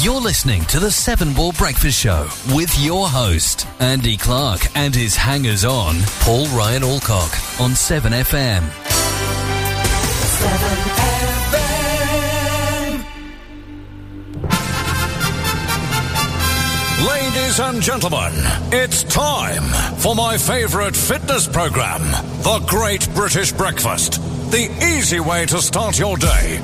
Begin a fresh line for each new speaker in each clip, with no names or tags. You're listening to the Seven Ball Breakfast Show with your host, Andy Clark, and his hangers on, Paul Ryan Alcock, on 7FM.
Ladies and gentlemen, it's time for my favorite fitness program, The Great British Breakfast. The easy way to start your day.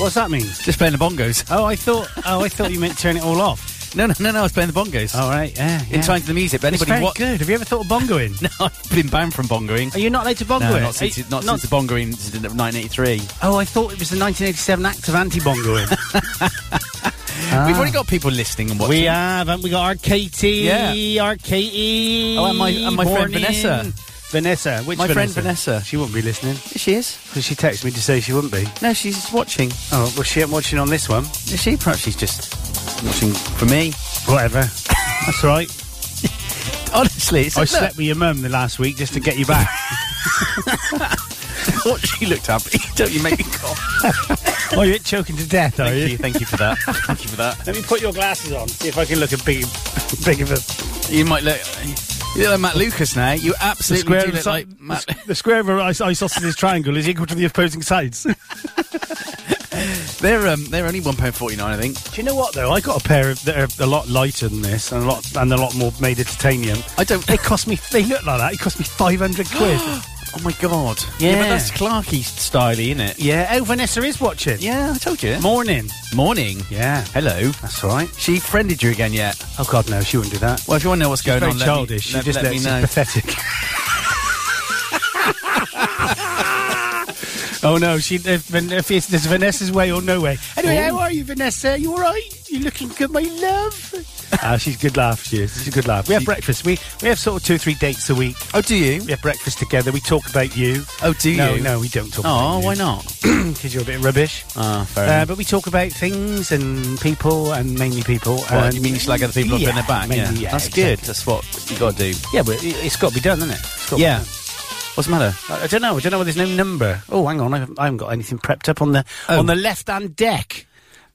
What's that mean?
Just playing the bongos.
Oh, I thought. Oh, I thought you meant turn it all off.
No, no, no, no. I was playing the bongos.
All right. Yeah. yeah.
In time to the music.
Uh,
But
It's
anybody
very
what?
good. Have you ever thought of bongoing?
No, I've been banned from bongoing.
Are you not allowed to bongo
No,
it?
not since,
Are you-
not, since the bongoing incident of 1983.
Oh, I thought it was the 1987 act of anti-bongoing.
We've already got people listening and watching.
we have, haven't we? Got our Katie.
Yeah.
Our Katie.
Oh, and my- and my friend
Morning.
Vanessa.
Vanessa. Which
My friend Vanessa.
She wouldn't be listening
There She is.
because she texted me to say she wouldn't be.
No, she's watching.
Oh, well, she ain't watching on this one.
Is she? Perhaps she's just watching for me.
Whatever. That's all right.
Honestly, it's
I
like,
slept with your mum the last week just to get you back.
look, what she looked up. Don't you make me cough?
oh, you're choking to death, are
Thank you, thank you for that. Thank you for that.
Let me put your glasses on. See if I can look a big, big of a
You might look. You look like Matt Lucas now. You
the
absolutely
square
do
of
look
si-
like Matt.
the square of an is- isosceles triangle is equal to the opposing sides. Do
They're um, they're only one pound forty nine, I think.
you know what though? I got a pair of that are a lot lighter than this, and a lot and a lot more made of titanium.
I don't.
They cost me. They look like that. It cost me five hundred quid.
Oh my god.
Yeah.
but that's Clarky styly, isn't it?
yeah. Oh, Vanessa is watching.
Yeah, I told you.
Morning.
Morning.
Yeah.
Hello.
That's all right.
She friended you again yet?
Oh God, no, she wouldn't do that.
Well, if you want to know what's going
Very
on,
childish.
Let
she
me,
just
let,
lets
me know.
It's pathetic. oh no, she if, if it's, there's Vanessa's way or no way. Anyway,
Ooh.
how are you, Vanessa? You all right? You looking good, my love? Ah, she's a good laugh. She is. She's a good laugh. We have
She-
breakfast. We we have sort of two or three dates a week.
Oh, do you?
We have breakfast together. We talk about you.
Oh, do
no,
you?
No, we don't talk.
Oh,
about
why
you.
not?
Because you're a bit rubbish.
Ah, fair
Uh,
enough.
but we talk about things and people, and mainly people.
Well,
and
you mean you slag other people
yeah,
up in their back?
mainly,
yeah. That's
exactly.
good. That's what you got to do.
Yeah, but it- it's got to be done, isn't it? It's got to be
Yeah.
done.
What's the matter?
I I don't know. I don't know. There's no number. Oh, hang on. I haven't, I haven't got anything prepped up on the
Oh.
on the left hand deck.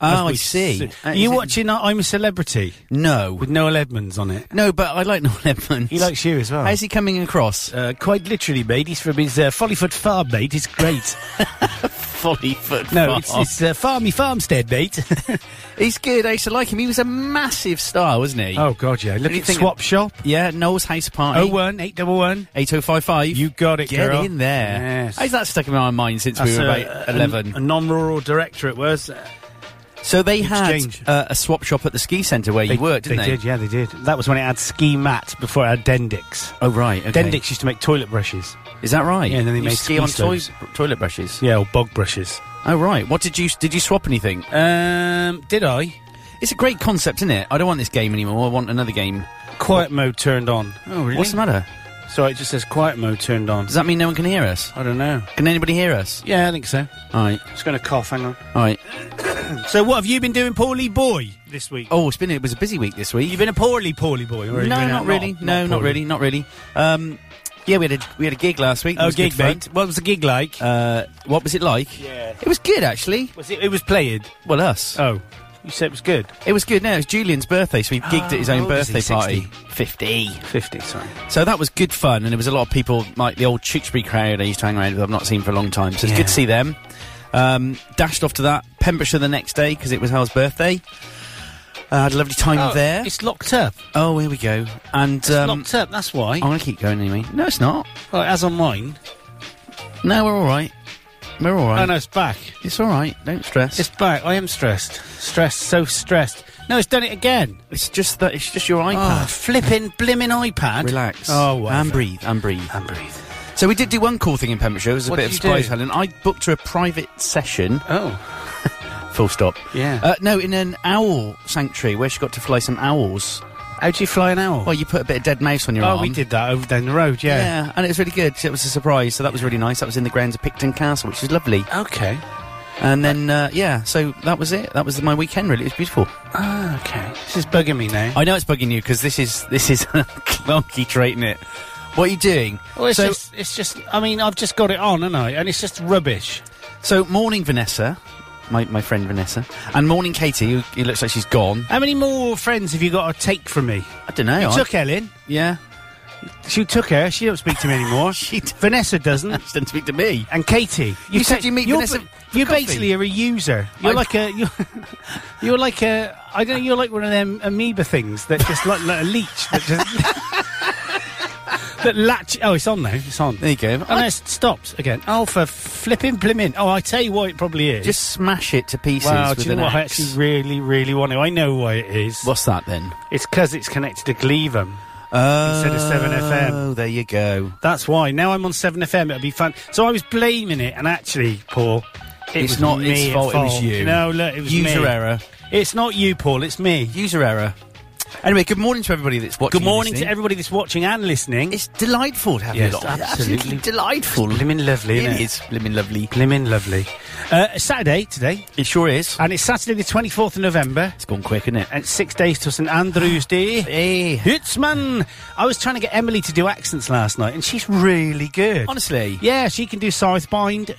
As
Oh,
we
I see.
sit.
Uh,
Are
is
you
it-
watching uh, I'm a Celebrity
No.
with Noel Edmonds on it?
No, but I like Noel Edmonds.
He likes you as well.
How's he coming across?
uh, quite literally, mate. He's from his uh, Follyfoot farm, mate. It's great.
Folly foot.
No, it's, it's uh, Farmy Farmstead, mate.
he's good. I used to like him. He was a massive star, wasn't he?
oh, God, yeah. Look
do you
at
think
Swap
of-
Shop. Oh,
Yeah, Noel's House Party.
01 811.
8055.
You got it,
Get
girl.
in there.
Yes.
How's that stuck in my mind since
That's
we were
a-
about
a-
11?
A, non-rural director it was. Uh,
so they
exchange.
had uh, a swap shop at the ski centre where
they
you worked, didn't they?
did, yeah, they did. That was when it had Ski Mat before it had Dendix.
Oh, right. Okay.
Dendix used to make toilet brushes.
Is that right?
Yeah, and then they
you
made
ski
ski
on
slopes.
toys, toilet brushes.
Yeah, or bog brushes.
Oh, right. What did you did you swap anything?
Um, did I?
It's a great concept, isn't it? I don't want this game anymore. I want another game.
Quiet mode turned on.
Oh, really? What's the matter?
Sorry, it just says quiet mode turned on.
Does that mean no one can hear us?
I don't know.
Can anybody hear us?
Yeah, I think so.
All right.
Just going to cough. Hang on.
All right.
So, what have you been doing, poorly boy, this week?
Oh, it's been it was a busy week this week.
You've been a poorly, poorly boy. or have
no,
you been
not
out-
really. no, not
poorly?
really. Not really. Um, yeah, we had a we had a gig last week. It
Oh,
was good
gig
fun.
mate. What was the gig like?
Uh, what was it like?
Yeah.
It was good actually.
was it? It was played.
Well, us.
Oh, you said it was good.
It was good. No, it was Julian's birthday, so we gigged at his own
Oh, how old is he?
birthday party. Fifty.
Fifty. Sorry.
So that was good fun, and there was a lot of people, like the old Tewkesbury crowd I used to hang around with, I've not seen for a long time. So it's
Yeah.
good to see them. Um, dashed off to that, Pembrokeshire the next day, because it was Hal's birthday. Uh, had a lovely time there.
Oh, It's locked up.
Oh, here we go. And um,
locked up. That's why.
I'm going to keep going anyway. No, it's not.
Well, as on mine.
No, we're all right. We're all right.
Oh no, it's back.
It's all right. Don't stress.
It's
It's,
back. I am stressed. Stressed. So stressed. No, it's done it again.
just that. It's just your
Oh,
iPad.
flipping blimmin' iPad.
Ah, Relax.
Oh, whatever.
and breathe. And breathe.
And breathe.
So we did do one cool thing in Pembrokeshire. It was a
What
bit
did
of
you
surprise,
do?
Helen. I booked her a private session.
Oh,
Full stop.
Yeah.
Uh, no, in an owl sanctuary where she got to fly some owls.
how do you fly an owl?
Well, you put a bit of dead mouse on your
oh,
arm.
we did that over down the road. Yeah.
Yeah, and it was really good. It was a surprise, so that was really nice. That was in the grounds of Picton Castle, which is lovely.
Okay.
And then, uh, yeah, so that was it. That was my weekend. Really, it was beautiful.
Ah, okay. This is bugging me now.
I know it's bugging you because this is this is a clunky trait, isn't it? What are you doing?
well, it's
so,
just, it's just. I mean, I've just got it on, and I, and it's just rubbish.
so morning, Vanessa. my, my friend Vanessa. And morning Katie, who, who looks like she's gone.
How many more friends have you got to take from me?
I don't know.
You
I-
took Ellen.
yeah.
She took her. She don't speak to me anymore.
She d-
Vanessa doesn't.
She didn't speak to me.
And Katie,
You said
take-
you meet
you're
Vanessa
ba-
for
you
coffee.
basically are a user. You're
I-
like a you're, you're like a I don't. You're like one of them amoeba things that just like, like a leech that just that latch. Oh, it's on now. It's on.
There you go.
And it stopped again. Alpha flipping blimmin. Oh, I tell you what, it probably is.
Just smash it to pieces
wow,
with
do you
an
know what? I
axe.
actually really, really want to. I know why it is.
What's that then?
It's because it's connected to Gleevum.
Oh,
of 7FM.
Oh, there you go.
That's why. Now I'm on 7FM. It'll be fun. So I was blaming it, and actually, Paul, it
It's
was
not
me
its
at
fault, it was you.
No, look, it was
User
me.
error.
It's not you, Paul. It's me.
User error. Anyway, good morning to everybody that's watching.
Good morning
and
to
listening.
everybody that's watching and listening.
It's delightful to have
Yes,
you lot.
absolutely.
delightful.
blimmin' lovely, isn't
It
it?
is blimmin' lovely.
blimmin' lovely. Uh, it's Saturday today,
It sure is.
and it's Saturday the 24th of November,
It's gone quick, isn't it?
and it's six days till St Andrew's Day.
Hey.
Hützman! I was trying to get Emily to do accents last night, and she's really good.
Honestly,
Yeah, she can do Southbind.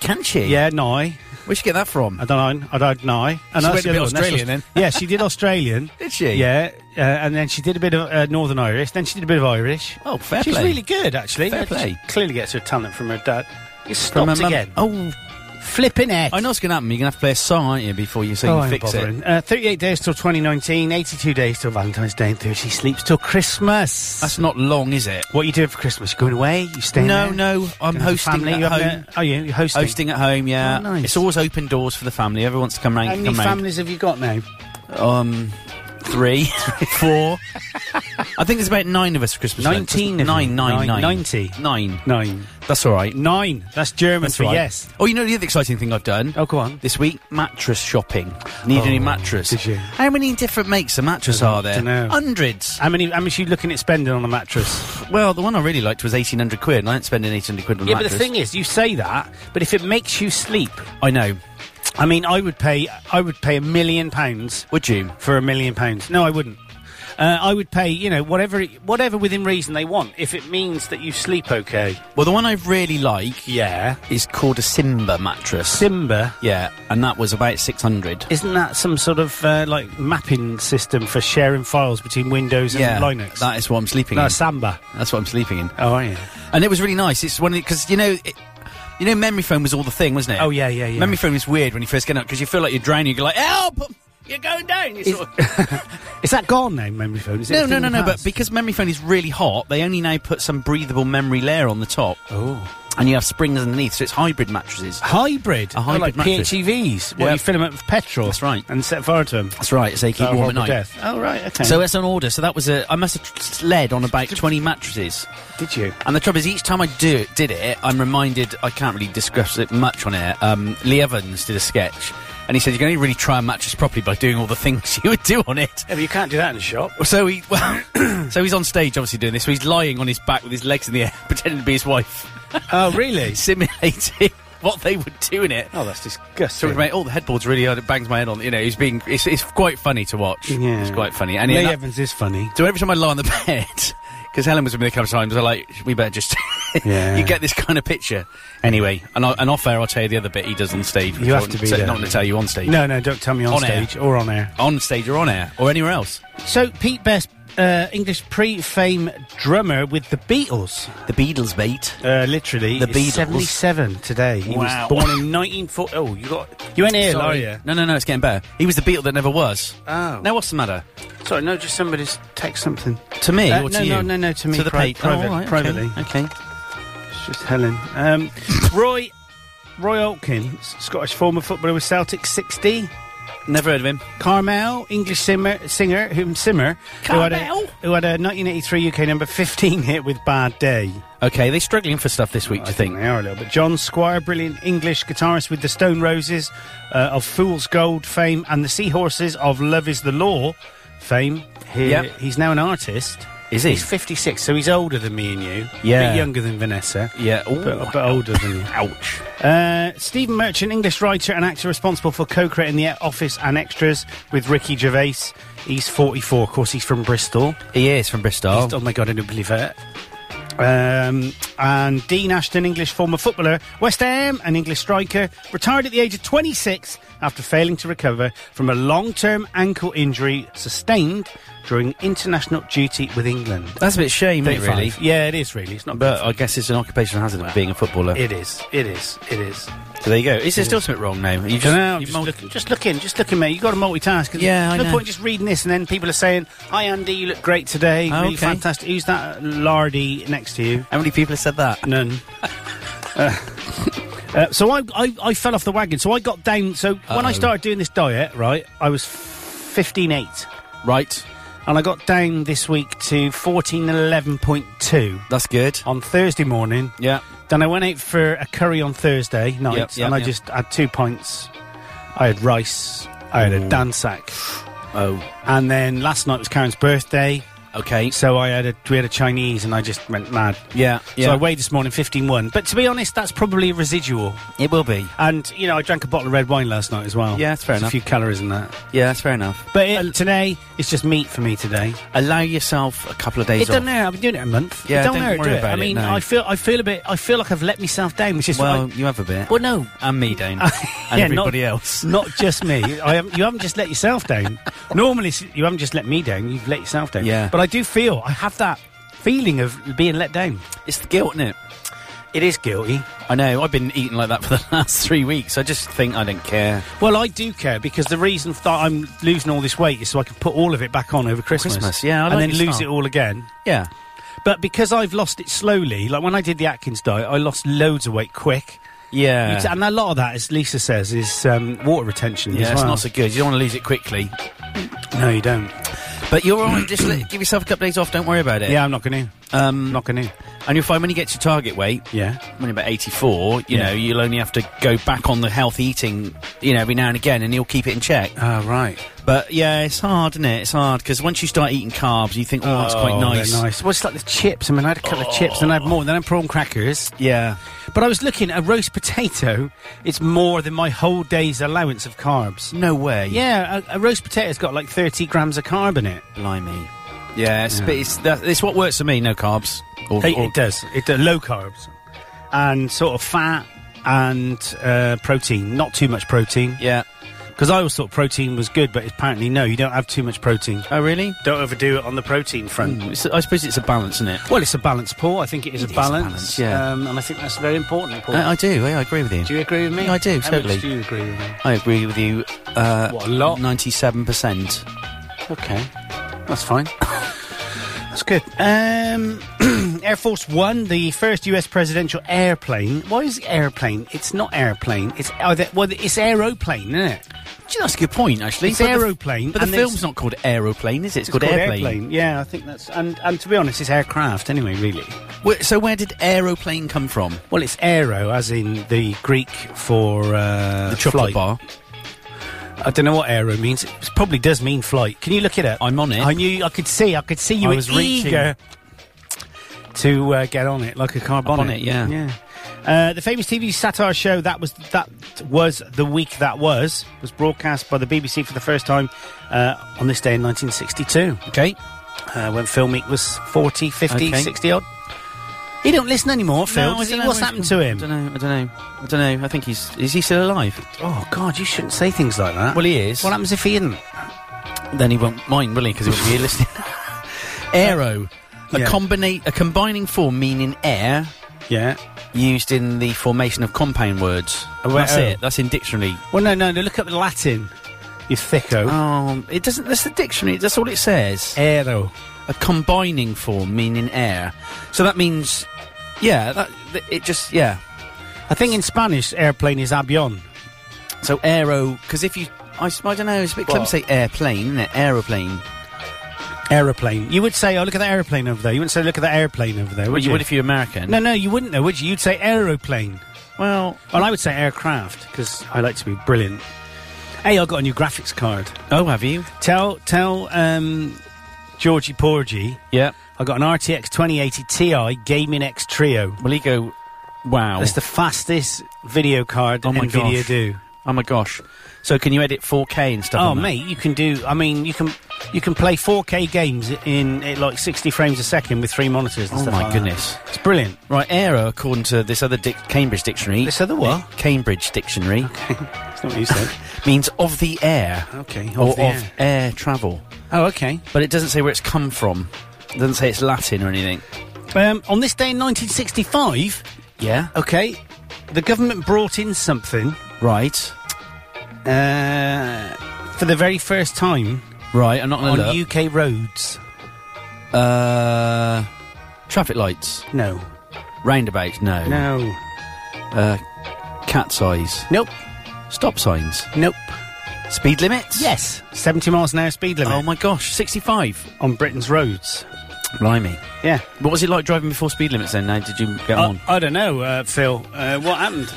can she?
Yeah, Uh, no.
Where'd she get that from?
I don't know. I don't know. And that's
went
the
a bit
other one. That's
Australian
Aus-
then.
Yeah, she did Australian.
Did she?
Yeah, uh, and then she did a bit of uh, Northern Irish. Then she did a bit of Irish.
Oh, fair
She's
play.
really good, actually.
Fair
She
play.
clearly gets her talent from her dad. It's
From
stopped
her mum-
again.
Oh,
flipping it.
I know what's going to happen. You're going to have to play a song, aren't you, before you say
Oh,
you
I'm
fix
bothering.
it?
Uh, 38 days till 2019, 82 days till Valentine's Day, and 30 sleeps till Christmas.
That's not long, is it?
what are you doing for Christmas? You going away? You staying
no,
there?
no.
Gonna
I'm
have a
hosting
family?
at
You having
home.
A, are you? You're hosting.
Hosting at home, yeah.
Oh, nice.
It's always open doors for the family. Everyone wants to come round.
How
can
many
come round.
families have you got now?
Um, three, four. I think there's about nine of us for Christmas. lunch.
19 of
Nine,
you.
nine,
Nine-
nine.
90.
Nine.
Nine.
That's all right.
Nine. That's German
That's
for
right.
yes.
Oh, you know the other exciting thing I've done?
Oh, go on.
This week, mattress shopping. Need a new
Oh,
mattress.
did you?
How many different makes of mattress are there?
dunno.
Hundreds.
How many? How much are you looking at spending on a mattress?
Well, the one I really liked was 1800 quid, and I ain't spending 800 quid on a
yeah, but
mattress.
the thing is, you say that, but if it makes you sleep,
I know.
I mean, I would pay, I would pay a million pounds
Would you?
for a million pounds. No, I wouldn't. Uh, I would pay, you know, whatever, it- whatever within reason they want, if it means that you sleep okay.
Well, the one I really like
Yeah,
is called a Simba mattress.
Simba.
yeah, and that was about 600.
Isn't that some sort of uh, like mapping system for sharing files between Windows and
yeah,
Linux?
that is what I'm sleeping
no,
in.
Samba.
That's what I'm sleeping in.
Oh, yeah.
And it was really nice. It's one because you know, it, you know, memory foam was all the thing, wasn't it?
Oh, yeah, yeah, yeah.
Memory foam is weird when you first get up because you feel like you're drowning. You're like, help! You're going down. You sort of-
Is that gone now? Memory foam? Is it
no,
a
no,
thing
no,
of
no.
the
But
past?
because memory foam is really hot, they only now put some breathable memory layer on the top,
oh.
and you have springs underneath, so it's hybrid mattresses.
Hybrid.
A hybrid
like
mattress.
PHEVs. Well,
Yep.
you fill them up with petrol.
That's right.
And set fire to them.
That's right. So you keep warm at night.
Death. Oh, right, okay.
So that's on order. So that was a. I must have tr- sled on about twenty mattresses.
did you?
And the trouble is, each time I do did it, I'm reminded I can't really discuss it much on air. Um, Lee Evans did a sketch, and he said you can only really try and match this properly by doing all the things you would do on it.
Yeah, but you can't do that in a shop.
So he, so he's on stage, obviously doing this. So he's lying on his back with his legs in the air, pretending to be his wife,
oh, really?
simulating what they would do in it.
Oh, that's
So
disgusting.
mate, oh, the headboard's really hard. It bangs my head on. You know, he's being. It's, it's quite funny to watch.
Yeah.
It's quite funny. And
Lee
he- that-
Evans is funny.
so every time I lie on the bed, because Helen was with me a couple of times, I like we better just.
Yeah.
you get this kind of picture anyway, and, I, and off air I'll tell you the other bit he does on stage. which
You
I
have
wouldn't-
to be
so
there.
Not going to tell you on stage.
No, no, don't tell me on,
On air.
stage or on air.
On stage or on air or anywhere else.
So, Pete Best, uh, English pre-fame drummer with the Beatles,
The Beatles mate.
uh, literally.
The
is
Beatles.
77 today. He was
Wow.
born in 1940. Oh, you got... You ain't ill, are you?
No, no, no. It's getting better. He was the Beatle that never was.
Oh.
Now what's the matter?
Sorry, no, just somebody's text something.
To me
Uh,
or to
no,
you?
no, no, no, to me,
To the
pri-
page. Oh, all
private-
right, okay,
privately.
Okay.
It's just Helen. Um, Roy Roy Olkin, S- Scottish former footballer with Celtic 60.
Never heard of him.
Carmel, English singer, singer whom Simmer, who had, a,
Carmel?
who had a 1983 UK number 15 hit with Bad Day.
Okay, they're struggling for stuff this week. do you think?
they are a little bit. John Squire, brilliant English guitarist with the Stone Roses uh, of Fool's Gold fame and the Seahorses of Love Is the Law fame. He,
Yep.
He's now an artist.
Is he?
He's 56, so he's older than me and you.
Yeah.
A bit younger than Vanessa.
Yeah. Ooh.
But a bit older than you.
Ouch.
Uh, Stephen Merchant, English writer and actor responsible for co-creating The Office and Extras with Ricky Gervais. He's oh 44. Of course, he's from Bristol.
He is from Bristol.
Oh my God, I don't believe it. Um, and Dean Ashton, English former footballer, West Ham, an English striker, retired at the age of 26 after failing to recover from a long term ankle injury sustained during international duty with England.
That's a bit shame, isn't it,
35.
really.
Yeah, it is really. It's not
But
bad.
I guess it's an occupational hazard of being a footballer.
It is. It is. It is.
so there you go. Is there still something wrong now? You
Just, no,
you
just,
multi-
look, just looking, just looking, mate. You got to multitask. 'cause
Yeah, I
there's no
know.
point just reading this and then people are saying, "Hi, Andy, you look great today.
Oh,
really
okay.
fantastic." Who's that lardy next to you?
How many people have said that?
None. Uh, uh, so I, I, I fell off the wagon. So I got down. So when I
Uh-oh.
started doing this diet, right, I was fifteen eight,
Right.
and I got down this week to fourteen eleven point two
That's good.
on Thursday morning.
Yeah.
Then I went out for a curry on Thursday night,
Yep, yep,
and I
yep.
just had two pints. I had rice. I had
Mm.
a dan sack,
Oh.
and then last night was Karen's birthday,
Okay.
so I had a we had a Chinese, and I just went mad.
Yeah. Yeah.
So I weighed this morning fifteen one, but to be honest, that's probably residual.
it will be.
And you know, I drank a bottle of red wine last night as well.
Yeah, that's fair
There's
enough.
A few calories in that,
Yeah, that's fair enough.
but it, today it's just meat for me today.
Allow yourself a couple of days
It
off.
don't hurt. I've been doing it a month.
Yeah,
it don't,
don't
hurt,
worry
do it.
about
I
it,
mean,
no.
I feel, I feel a bit. I feel like I've let myself down, which is
Well,
why-
you have a bit.
well, no,
And me, Dane. and
Yeah,
everybody
not-
else.
Not just me. I haven't, you haven't just let yourself down. Normally, s- you haven't just let me down. You've let yourself down.
Yeah.
But I do feel I have that feeling of being let down.
It's the guilt, isn't it?
It is guilty.
I know. I've been eating like that for the last three weeks. I just think I don't care.
Well, I do care because the reason that I'm losing all this weight is so I can put all of it back on over Christmas.
Christmas, yeah, I
and
like
then
your
lose
style.
it all again.
Yeah.
But because I've lost it slowly, like when I did the Atkins diet, I lost loads of weight quick.
Yeah.
And a lot of that, as Lisa says, is um, water retention.
Yeah,
as
it's
well.
not so good. You don't want to lose it quickly.
No, you don't.
But you're all right. Just let, give yourself a couple of days off. Don't worry about it.
Yeah, I'm not going to.
Um,
not going to.
And you'll find when you get to target weight,
Yeah.
when you're about 84, you
Yeah.
know, you'll only have to go back on the health eating, you know, every now and again, and you'll keep it in check.
Ah, right.
But yeah, it's hard, isn't it? It's hard because once you start eating carbs, you think, oh, that's quite
Oh, they're
nice.
Well, it's like the chips. I mean, I had a couple of chips, then I had more, then I had prawn crackers.
Yeah.
But I was looking at a roast potato. It's more than my whole day's allowance of carbs.
No way.
Yeah, a, a roast potato's got like 30 grams of carb in it.
Blimey. Yeah, it's, but it's, that, it's what works for me. No carbs. Or,
It,
or-
it does. It does. Low carbs. And sort of fat and uh, protein. Not too much protein.
Yeah.
Because I always thought protein was good, but apparently, no, you don't have too much protein.
Oh, really?
Don't overdo it on the protein front.
It's, I suppose it's a balance, isn't it?
Well, it's a balance, Paul. I think it is
Mm. It
a
is a
balance.
balance, yeah.
Um, and I think that's very important, Paul.
Uh, I, I do. Yeah, I agree with you.
Do you agree with me?
Yeah, I do,
How
totally.
Much do you agree with me?
I agree with you. Uh,
What, a lot?
97%.
Okay, that's fine. that's good. Um, Air Force One, the first U.S. presidential airplane. Why is it airplane? It's not airplane. It's either, well, it's aeroplane, isn't it?
Gee, that's a good point, actually.
It's
But the-
aeroplane,
But the
and there's-
film's not called Aeroplane, is it? It's, called, Airplane.
Yeah, I think that's and and to be honest, it's aircraft anyway. Really.
Wh- so where did Aeroplane come from?
Well, it's aero, as in the Greek for uh,
The chocolate
flight.
bar.
I don't know what aero means. It probably does mean flight. Can you look it up?
I'm on it.
I knew. I could see. I could see you
I
were
was reaching.
eager to uh, get on it like a car bonnet.
it, yeah.
Yeah. Uh, the famous TV satire show that was that was the week that was was broadcast by the BBC for the first time uh, on this day in 1962
Okay.
uh, when Phil Meek was 40, 50,
Okay.
60 odd. He don't listen anymore, Phil. does he? What's happened to
I
him?
don't know. I don't know. I don't know. I think he's is he still alive?
Oh God, you shouldn't say things like that.
Well, he is.
what happens if he isn't?
then he won't mind, will he? Because he'll be listening. Aero, a
Yeah.
combina- a combining form meaning air,
Yeah.
used in the formation of compound words.
Oh, wait,
That's
oh.
it. That's in dictionary.
Well, no, no, no. Look up Latin. Ah. You thicko.
Um, it doesn't. That's the dictionary. That's all it says.
Aero.
a combining form meaning air. So that means, yeah, Uh, that th- it just yeah.
I think in Spanish, airplane is avión.
So aero because if you I, don't know it's a bit clumsy to say airplane isn't it? aeroplane.
Aeroplane. You would say, oh, look at that aeroplane over there. You wouldn't say, look at that airplane over there, would
Well,
you?
you would if you're American.
no, no, you wouldn't, though, would you? You'd say aeroplane.
Well,
Well, I would say aircraft, because I like to be brilliant. Hey, I got a new graphics card.
oh, have you?
Tell, tell, um, Georgie Porgy,
Yeah.
I got an RTX 2080 Ti Gaming X Trio.
Oh. Well, you go. Wow.
That's the fastest video card
Oh, my
Nvidia
gosh.
do.
Oh my gosh. So can you edit 4K and stuff?
Oh
on that?
mate, you can do. I mean, you can you can play 4K games in at like 60 frames a second with three monitors. And
Oh
stuff
my
like that.
goodness.
it's brilliant.
Right, error according to this other dic- Cambridge dictionary.
This other what?
Cambridge dictionary
That's not what you said.
means of the air.
Okay, of
Or of
the
air. travel.
oh, okay.
But it doesn't say where it's come from. It doesn't say it's Latin or anything.
Um, on this day in 1965,
Yeah.
okay, the government brought in something
Right.
uh, for the very first time
Right. I'm not
on
going to look.
UK roads.
uh, traffic lights.
No,
Roundabouts. No.
no,
Cat's eyes.
nope,
Stop signs.
nope.
Speed limits.
Yes, 70 miles an hour speed limit
Oh my gosh. 65.
on Britain's roads.
Blimey.
Yeah.
What was it like driving before speed limits then? Now, did you get on?
I don't know, uh, Phil. Uh, what happened?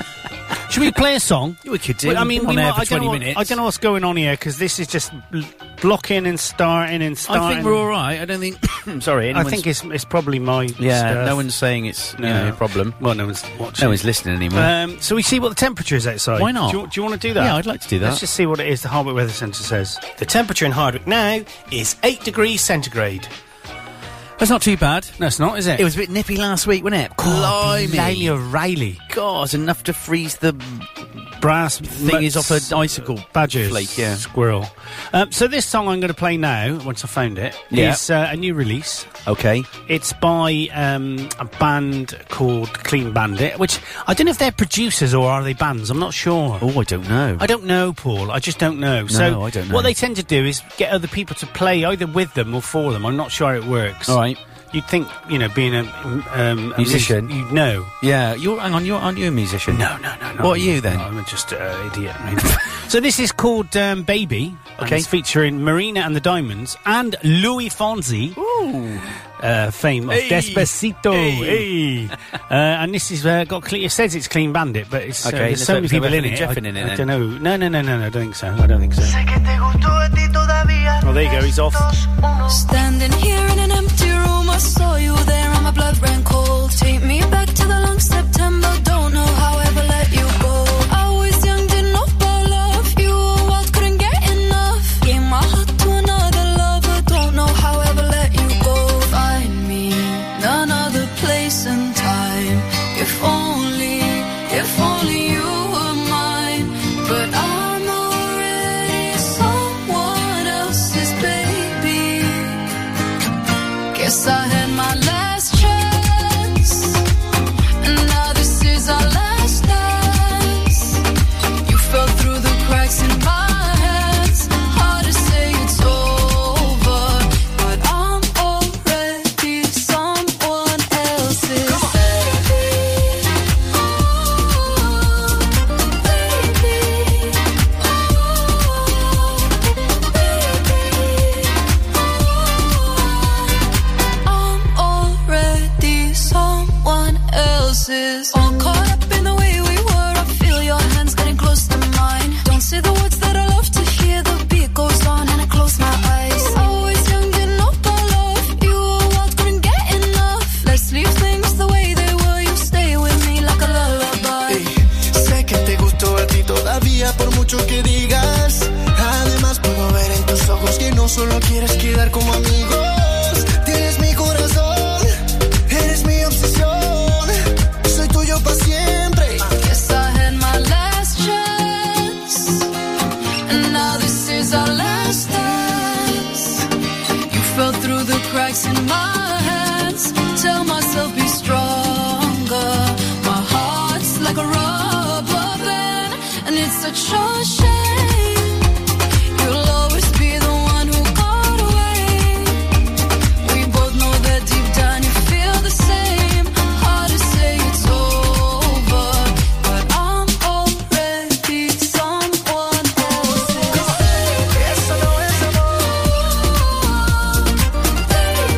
Should we play a song?
We could do.
Well, I
We've
mean,
been
we
on air
might-
for
I don't
20
know what-
minutes.
I don't know what's going on here because this is just bl- blocking and starting and starting.
I think we're all right. I don't think. uh, sorry.
I
Anyone's,
think it's it's probably my
Yeah.
stuff.
No one's saying it's no
No.
problem.
well, no one's watching.
No one's listening anymore.
Um, so we see what the temperature is outside.
Why not?
Do you, do you want to do that?
Yeah, I'd like to do that.
Let's just see what it is. The Harvard Weather Centre says.
The temperature in Hardwick now is 8 degrees centigrade.
That's not too bad.
No, it's not, is it? Oh,
It was a bit nippy last week, wasn't it?
Blimey.
Blimey.
O'Reilly.
God, it's enough to freeze the
Brass
thing is off
nuts.
an icicle
Badgers,
flake. Yeah.
squirrel. Um, so this song I'm going to play now, once I found it, is
Yeah.
uh, a new release.
Okay.
It's by um, a band called Clean Bandit, which I don't know if they're producers or are they bands. I'm not sure.
Oh, I don't know.
I don't know, Paul. I just don't know. so
I don't know.
What they tend to do is get other people to play either with them or for them. I'm not sure it works.
All right.
You'd think, you know, being a, um, a
Musician.
you'd know.
Yeah. You're. Hang on. You're. Aren't you a musician?
No, no, no, no.
What are you then?
I'm just an idiot. Maybe. so this is called um, Baby. and
Okay.
it's featuring Marina and the Diamonds and Louis Fonzi. Uh, fame of
Hey.
Despacito.
Hey.
Hey. uh, and this is uh, got cle- it says it's Clean Bandit, but it's uh,
Okay,
there's
let's
so many
hope so.
people in
Anthony
it.
Jeff
I,
in it
I
then.
don't know. No, no, no, no, no. I don't think so. I don't think so.
Sé que te gustó a ti todavía.
Well, there you go, he's off.
Standing here in an empty room, I saw you there and my blood ran cold. Take me back to the long September, don't know how I ever let you go. I was young, didn't know about love. You were wild, couldn't get enough. Gave my heart to another lover, don't know how I ever let you go. Find me another place and time. If only, if only you were mine. But I'm already someone else's baby. Guess I had my last chance. And now this is our last dance. You fell through the cracks in my hands. Hard to say it's over. But I'm already someone else's baby. Ooh, Oh, baby. Ooh, Oh, baby. I'm already someone else's. All caught up in the way we were. I feel your hands getting close to mine. Don't say the words that I love to hear. The beat goes on and I close my eyes. Always young and up I love. You were wild, couldn't get enough. Let's leave things the way they were. You stay with me like a lullaby.
Ey, sé que te gustó a ti todavía por mucho que digas. Además puedo ver en tus ojos que no solo quieres quedar como amigos. Tienes mi corazón, eres mi obsesión. Soy tuyo para siempre.
Guess I had my last chance, and now this is our last dance. You fell through the cracks in my hands. Tell myself be stronger. My heart's like a rubber band, and it's such a shame. You'll always be the one who got away. We both know that deep down you feel the same. Hard to say it's over, but I'm already someone else's
Eso no es amor,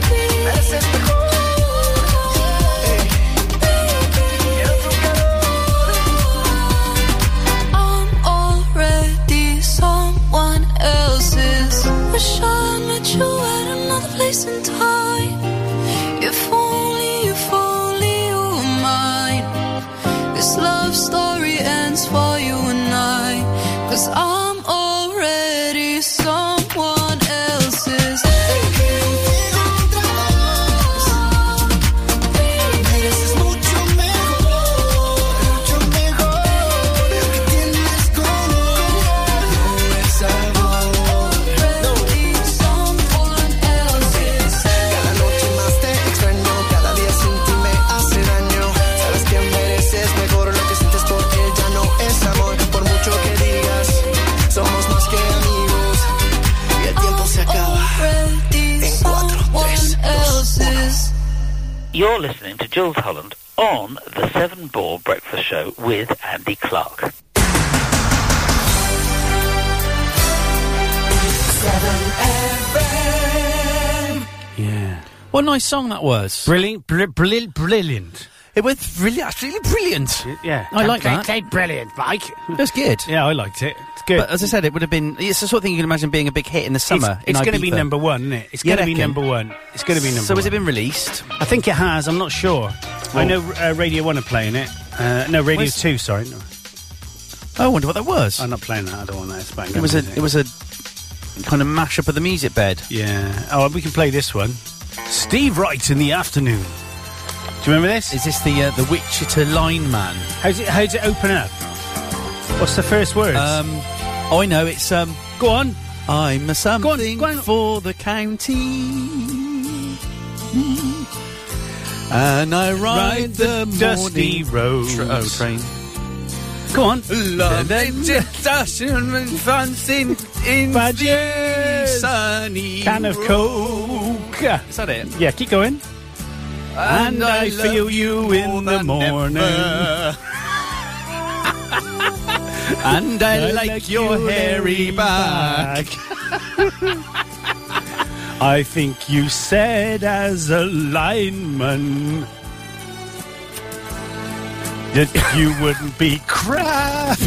baby.
es el mejor. Ey, el trucador.
I'm already someone else's. Wish I met you at another place in time. If only, if only you were mine. This love story ends for you and I.
You're listening to Jules Holland on the Seven Ball Breakfast Show with Andy Clark.
Yeah.
What a nice song that was.
Brilliant. Br- brill- brilliant.
it was really, absolutely brilliant.
Yeah.
I like
They
that.
played brilliant, Mike.
It was good.
Yeah, I liked it. It's good.
But as I said, it would have been. It's the sort of thing you can imagine being a big hit in the
it's
summer.
it's
going to
be number one, isn't it? It's
You
going to be
reckon?
number one. It's going to be number
So
one.
has it been released?
I think it has. I'm not sure. I
Oh.
know uh, Radio 1 are playing it. Uh, no, Radio
Where's-
2, sorry. No,
Oh, I wonder what that was.
I'm not playing that. I don't want that. It's bang.
It was a. It was a kind of mashup of the music bed.
Yeah. Oh, we can play this one. Steve Wright in the afternoon. Do you remember this?
Is this the uh, the Wichita lineman?
How's it, how's it open up? What's the first words?
Um, oh, I know. It's um.
go on.
I'm a something
go on.
for the county. And I ride,
Ride the
the,
dusty
morning
roads.
tra- oh, train.
Go on. Badges. Can of Coke.
Is that it?
Yeah, keep going. And I, feel you in the morning.
and I
I
like your hairy back.
I think you said as a lineman that you wouldn't be crap.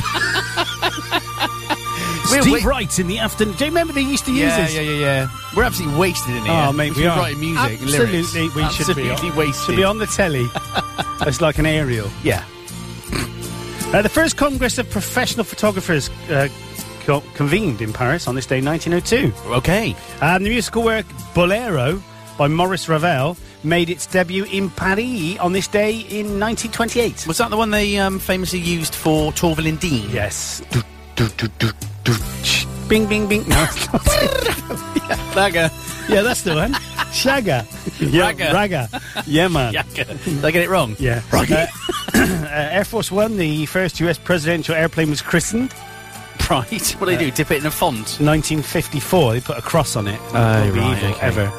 We're
Steve
wait-
Wright in the afternoon. Do you remember they used to use
Yeah,
this?
yeah, yeah, yeah. We're absolutely wasted in here.
Oh, mate,
If
we
you're
are.
writing music,
Absolutely,
lyrics.
we should be.
absolutely wasted.
To be on the telly, it's like an aerial.
Yeah.
Uh, the first Congress of Professional Photographers uh, co- convened in Paris on this day, 1902.
Okay.
Um, the musical work Bolero by Maurice Ravel made its debut in Paris on this day in 1928.
Was that the one they um, famously used for Torvalin Dean?
Yes. Bing, bing, bing. No, it's not it.
Bagger.
yeah, that's the one. Shagga. Yeah,
Raga.
Raga. Yeah, man.
Did I get it wrong?
Yeah. Uh, uh, Air Force One, the first US presidential airplane, was christened
Right. What do they do? Dip it in a font?
1954. They put a cross on it. That would be
Oh, right,
evil,
okay.
ever.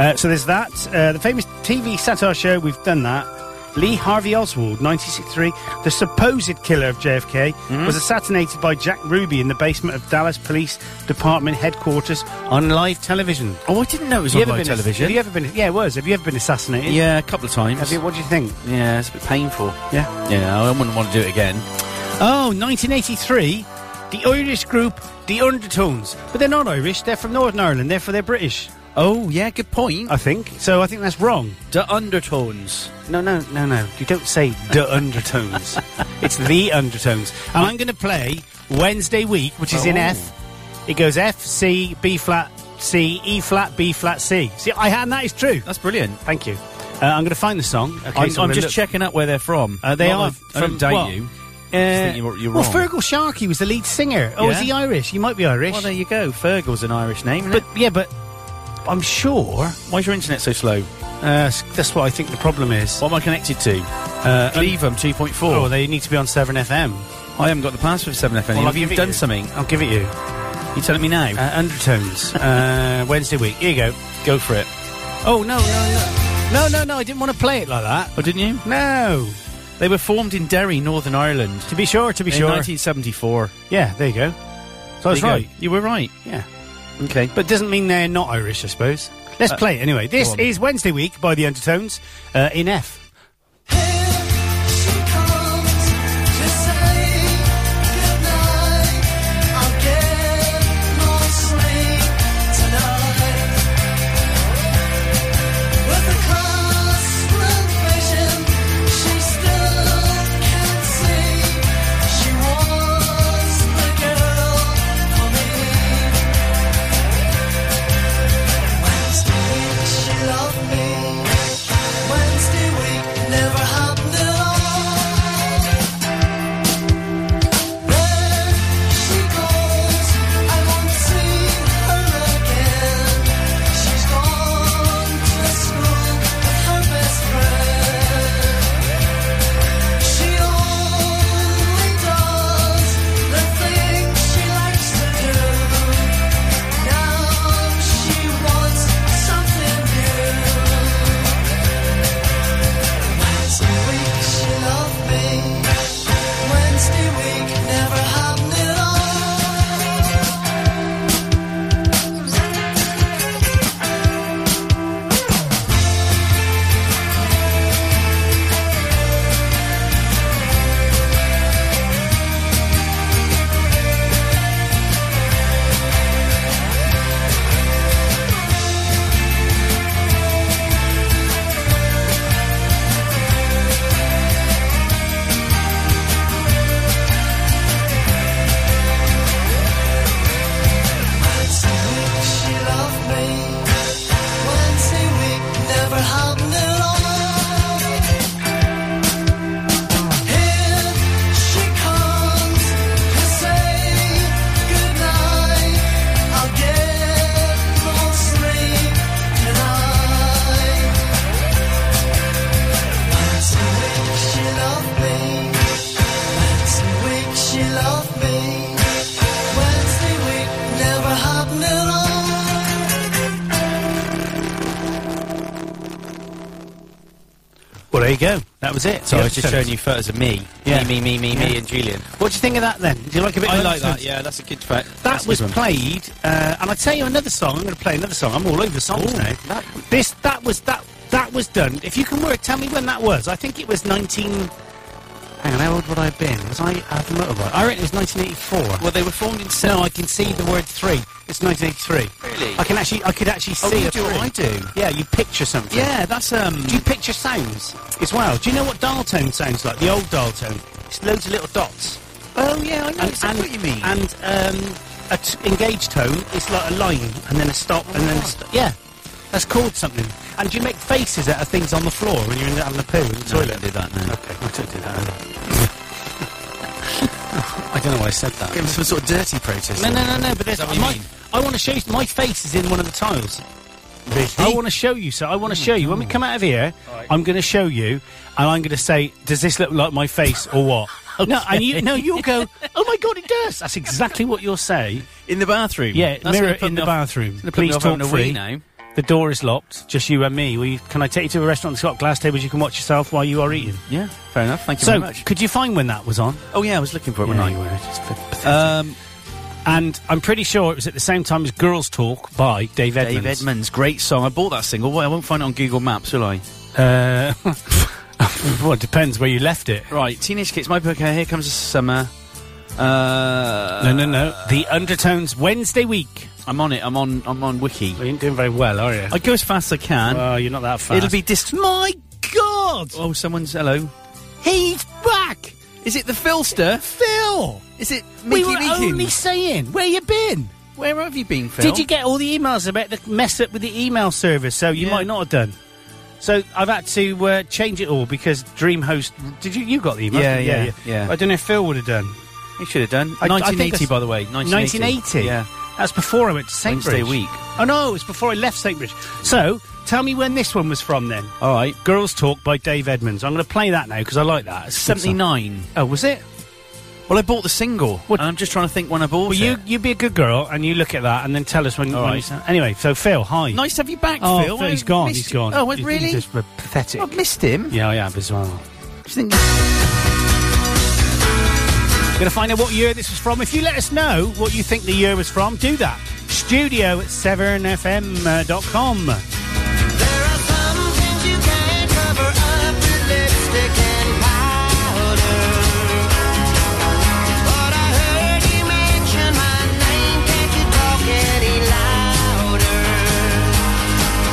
Uh, so there's that. Uh, the famous TV satire show, we've done that. Lee Harvey Oswald, 1963, the supposed killer of JFK,
Hmm?
was assassinated by Jack Ruby in the basement of Dallas Police Department headquarters on live television.
Oh, I didn't know it was
Have you
on
ever
live
been-
television.
Have you ever been? Yeah, it was. Have you ever been assassinated?
yeah, a couple of times.
Have you, what do you think?
Yeah, it's a bit painful.
Yeah.
Yeah, I wouldn't want to do it again.
Oh, 1983, the Irish group The Undertones. But they're not Irish, they're from Northern Ireland, therefore they're British,
Oh, yeah, good point.
I think. So I think that's wrong.
the undertones.
No, no, no, no. You don't say The Undertones. it's The Undertones. And I'm going to play Wednesday week, which is in
Oh.
F. It goes F, C, B flat, C, E flat, B flat, C. See, I had that is true.
That's brilliant.
Thank you. Uh, I'm going to find the song. Okay,
I'm,
so
I'm
gonna
just
look-
checking up where they're from.
Uh, they
Not
are
that I don't
from-
date
well,
you.
Uh,
think you're- you're
well,
wrong.
Fergal Sharkey was the lead singer. Oh, is
Yeah?
he Irish? He might be Irish.
Well, there you go. Fergal's an Irish name, isn't
But
it?
yeah, but I'm sure
Why's your internet so slow?
uh, s- that's what I think the problem is.
What am I connected to?
Uh,
Cleveland 2.4.
oh, they need to be on Seven FM.
I haven't got the password for 7FM.
Well, I'll
have you
give it
done
you.
something?
I'll give it you.
You're telling me now?
Uh, undertones. uh, Wednesday week. Here you go.
go for it.
Oh no no no no no no! I didn't want to play it like that.
Oh, didn't you?
No.
They were formed in Derry, Northern Ireland.
To be sure. To be
in
sure.
1974.
Yeah. There you go. So I was
There you
right.
go. You were right.
Yeah.
Okay.
But it doesn't mean they're not Irish, I suppose. Let's play it anyway. This
on.
is Wednesday week by the Undertones uh, in F.
She comes to say goodnight. I'll get no sleep tonight. With a constant vision, she still can't see. She was the girl for me. Wednesday, she loved me. Wednesday week.
go. That was it.
So
The
I was just
episode.
showing you photos of me.
Yeah.
Me, me, me, me, me,
Yeah.
and Julian.
What do you think of that then? Do you like a bit?
I
of
like that,
episode?
yeah, that's a good track.
That was played, uh, and I tell you another song. I'm going to play another song. I'm all over songs now.
that-
This that was that that was done. If you can work, tell me when that was. I think it was 19. Hang on, how old would I have been? Was I at the motorbike? I reckon it was 1984.
Well, they were formed in
no, I can see the word three. It's 1983.
Really?
I can actually, I could actually
Oh,
see.
you
a
do,
three.
I do.
Yeah, you picture something.
Yeah, that's um.
Do you picture sounds as well? Do you know what dial tone sounds like? The old dial tone. It's loads of little dots.
oh yeah, I know
And-
exactly
and-
what you mean.
And um, a t- engaged tone is like a line, and then a stop, and
Oh,
then a st- yeah, that's called something. And do you make faces out of things on the floor when you're in the, having a poo in the
No, I
toilet?
don't do that, no.
Okay, I don't do that. Either. I don't know why I said that.
Give him some sort of dirty protest.
No, no, no, no. But there's
what you
my,
mean?
I want to show you. My face is in one of the tiles. I want to show you. So I want to show you. When we come out of here, I'm going to show you, and I'm going to say, "Does this look like my face or what?" No, and you no, you'll go. Oh my god, it does. That's exactly what you'll say.
in the bathroom.
Yeah,
That's
mirror
gonna put
in
me
the
off-
bathroom.
it's gonna put me
Please
off
talk
having a
free.
wee now.
The door is locked. Just you and me. Will you, can I take you to a restaurant that's got glass tables? You can watch yourself while you are eating.
Yeah, fair enough. Thank you very
So,
much.
could you find when that was on?
Oh yeah, I was looking for it when I.
you were. It's pathetic.
Um,
and I'm pretty sure it was at the same time as Girls Talk by Dave Edmonds.
Dave Edmonds, great song. I bought that single. Well, I won't find it on Google Maps, will I?
Uh, well, it depends where you left it.
Right, Teenage Kids, My Bouquet, Here Comes the Summer. Uh,
No, no, no. The Undertones Wednesday week.
I'm on it. I'm on. I'm on Wiki.
Well, you ain't doing very well, are you?
I go as fast as I can.
Oh, you're not that fast.
It'll be dist. My God! Oh, someone's hello. He's back. Is it the Philster?
Phil.
Is it
We
Mickey
were
Meekins?
only saying where you been.
Where have you been, Phil?
Did you get all the emails about the mess up with the email service? So you
Yeah.
might not have done. So I've had to uh, change it all because DreamHost. Did you? You got the email?
Yeah,
didn't you?
yeah, yeah.
I don't know if Phil would have done.
You should have done.
I- I think
1980,
that's-
by the way. 1980.
1980.
Yeah.
that's before I went to St.
Wednesday
Bridge.
week.
Oh no, it was before I left St. Bridge. So tell me when this one was from then.
All right.
Girls Talk by Dave Edmonds. I'm going to play that now because I like that. It's a good song.
79.
Oh, was it?
Well, I bought the single.
What-
And I'm just trying to think when I bought
Well,
it.
you you be a good girl and you look at that and then tell us when.
All
when
right.
you sound- anyway, so Phil, hi.
Nice to have you back,
Oh,
Phil.
Phil, he's
I
gone.
missed
He's
you.
gone.
Oh,
He's-
really? Oh,
He's just uh, pathetic.
I've missed him.
Yeah, I have as well.
Do you think-
Gonna find out what year this was from. If you let us know what you think the year was from, do that. Studio at uh, severnfm.com.
There are some things you can't cover up with lipstick and powder. But I heard you mention my name. Can't you talk any louder?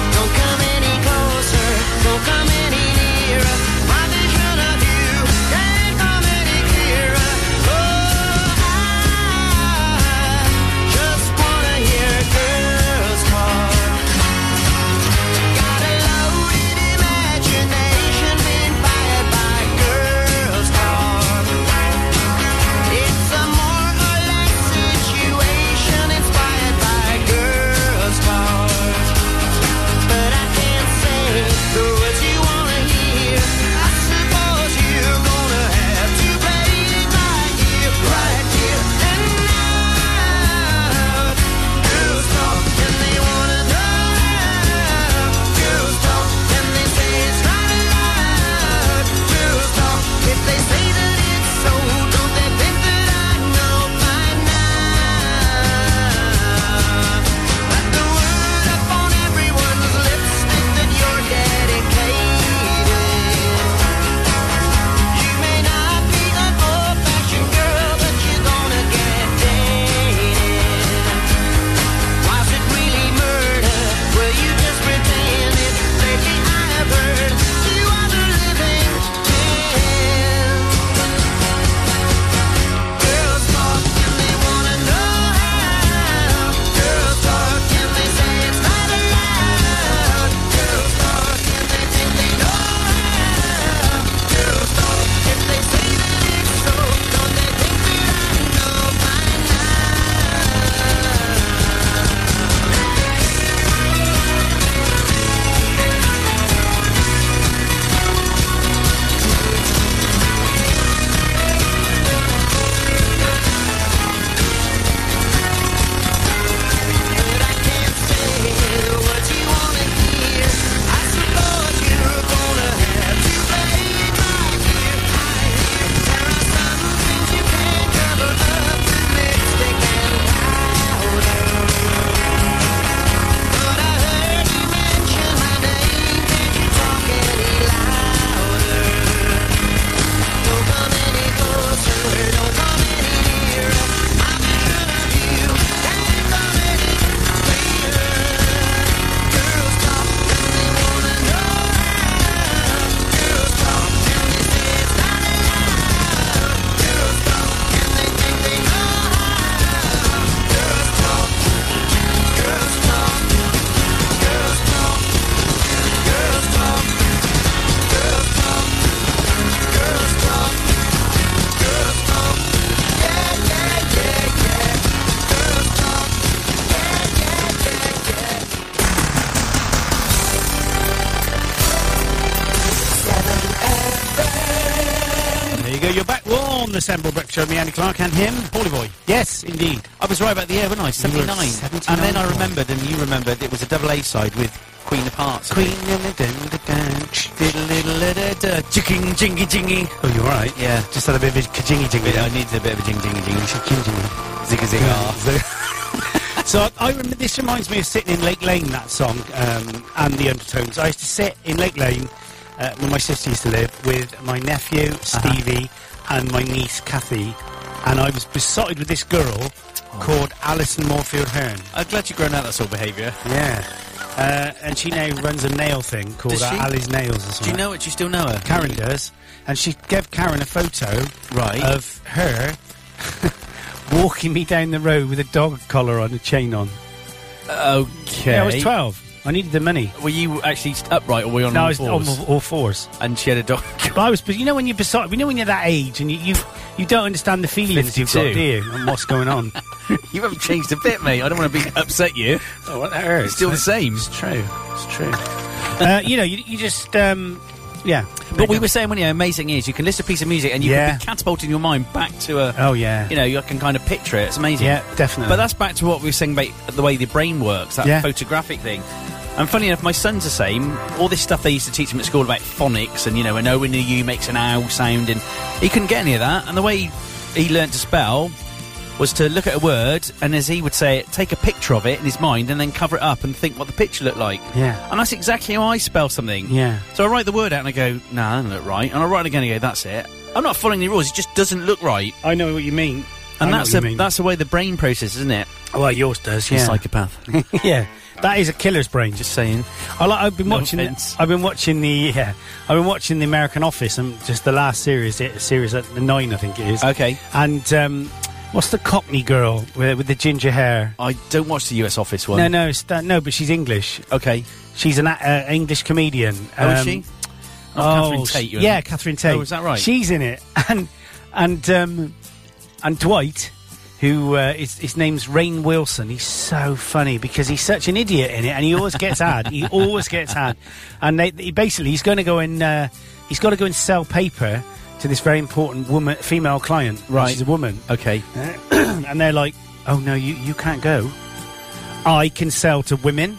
Don't come any closer. Don't come any nearer. My vision of you can't come any clearer. Oh, I just wanna hear girls talk.
go. You're back on the Sample Breakfast Show. with Me, Andy Clark, and him, Paulie Boy.
Yes, indeed. I was right about the air, wasn't I? 79.
79.
And then I remembered, and you remembered, it was a double A side with Queen of Hearts. Queen of the Chicken jingy jingy.
Oh, you're right.
Yeah.
Just had a bit of a jingy jingy.
I needed a bit of a jing jing jing jing. Zigga zig
So I, I remember this reminds me of sitting in Lake Lane that song um, and the undertones. I used to sit in Lake Lane uh, where my sister used to live with my nephew
Uh-huh.
Stevie and my niece Kathy, and I was besotted with this girl called Alison Moorfield Hearn.
Oh. I'm glad you've grown out that sort of behaviour.
Yeah, uh, and she now runs a nail thing called
Does
uh,
she?
Ali's Nails or something.
Do you know it? Do you still know her?
Karen does, and she gave Karen a photo
Right.
of her walking me down the road with a dog collar on, a chain on.
Okay.
Yeah, I was 12. I needed the money.
Were you actually st- upright or were you on
No, I
all
was
fours?
on all fours.
and she had a dog.
But I was, but you know when you're beside, you know when you're that age and you you, you don't understand the feelings you've got,
52.
do you? And what's going on?
you haven't changed a bit, mate. I don't want to be upset you.
oh, what
It's still the same.
True. It's true.
uh, you know, you, you just, um, yeah.
But we were saying when you know, amazing is you can listen to a piece of music and you
Yeah.
can be catapulting your mind back to a
Oh yeah.
you know you can kind of picture it. It's amazing.
Yeah, definitely.
But that's back to what we were saying about the way the brain works, that
Yeah.
photographic thing. And funny enough, my son's the same. All this stuff they used to teach him at school about phonics and you know an O and a U makes an ow sound, and he couldn't get any of that. And the way he, he learned to spell was to look at a word and, as he would say it, take a picture of it in his mind and then cover it up and think what the picture looked like.
Yeah.
And that's exactly how I spell something.
Yeah.
So I write the word out and I go, no, nah, that doesn't look right. And I write it again and I go, that's it. I'm not following the rules. It just doesn't look right.
I know what you mean. I
And
know
that's
what
the
you mean.
that's the way the brain processes, isn't it?
well, yours does.
She's
Yeah,
psychopath.
yeah. That is a killer's brain.
Just saying.
I like, I've been
No
watching.
offence.
I've been watching the. Yeah, I've been watching the American Office and just the last series. It, series at the nine, I think it is.
Okay.
And um, what's the Cockney girl with, with the ginger hair?
I don't watch the US Office one.
No, no, it's that, no. But she's English. Oh,
Okay.
She's an uh, English comedian.
Oh, is
Um,
she? Not
oh,
Catherine Tate.
sh-
you
yeah,
mean?
Catherine Tate.
Oh, is that right?
She's in it, and and um, and Dwight, who uh, his, his name's Rain Wilson. He's so funny because he's such an idiot in it, and he always gets had. He always gets had, and they, he basically he's going to go and uh, he's got to go and sell paper to this very important woman, female client. and
Right.
she's a woman,
Okay.
and they're like, "Oh no, you you can't go. I can sell to women."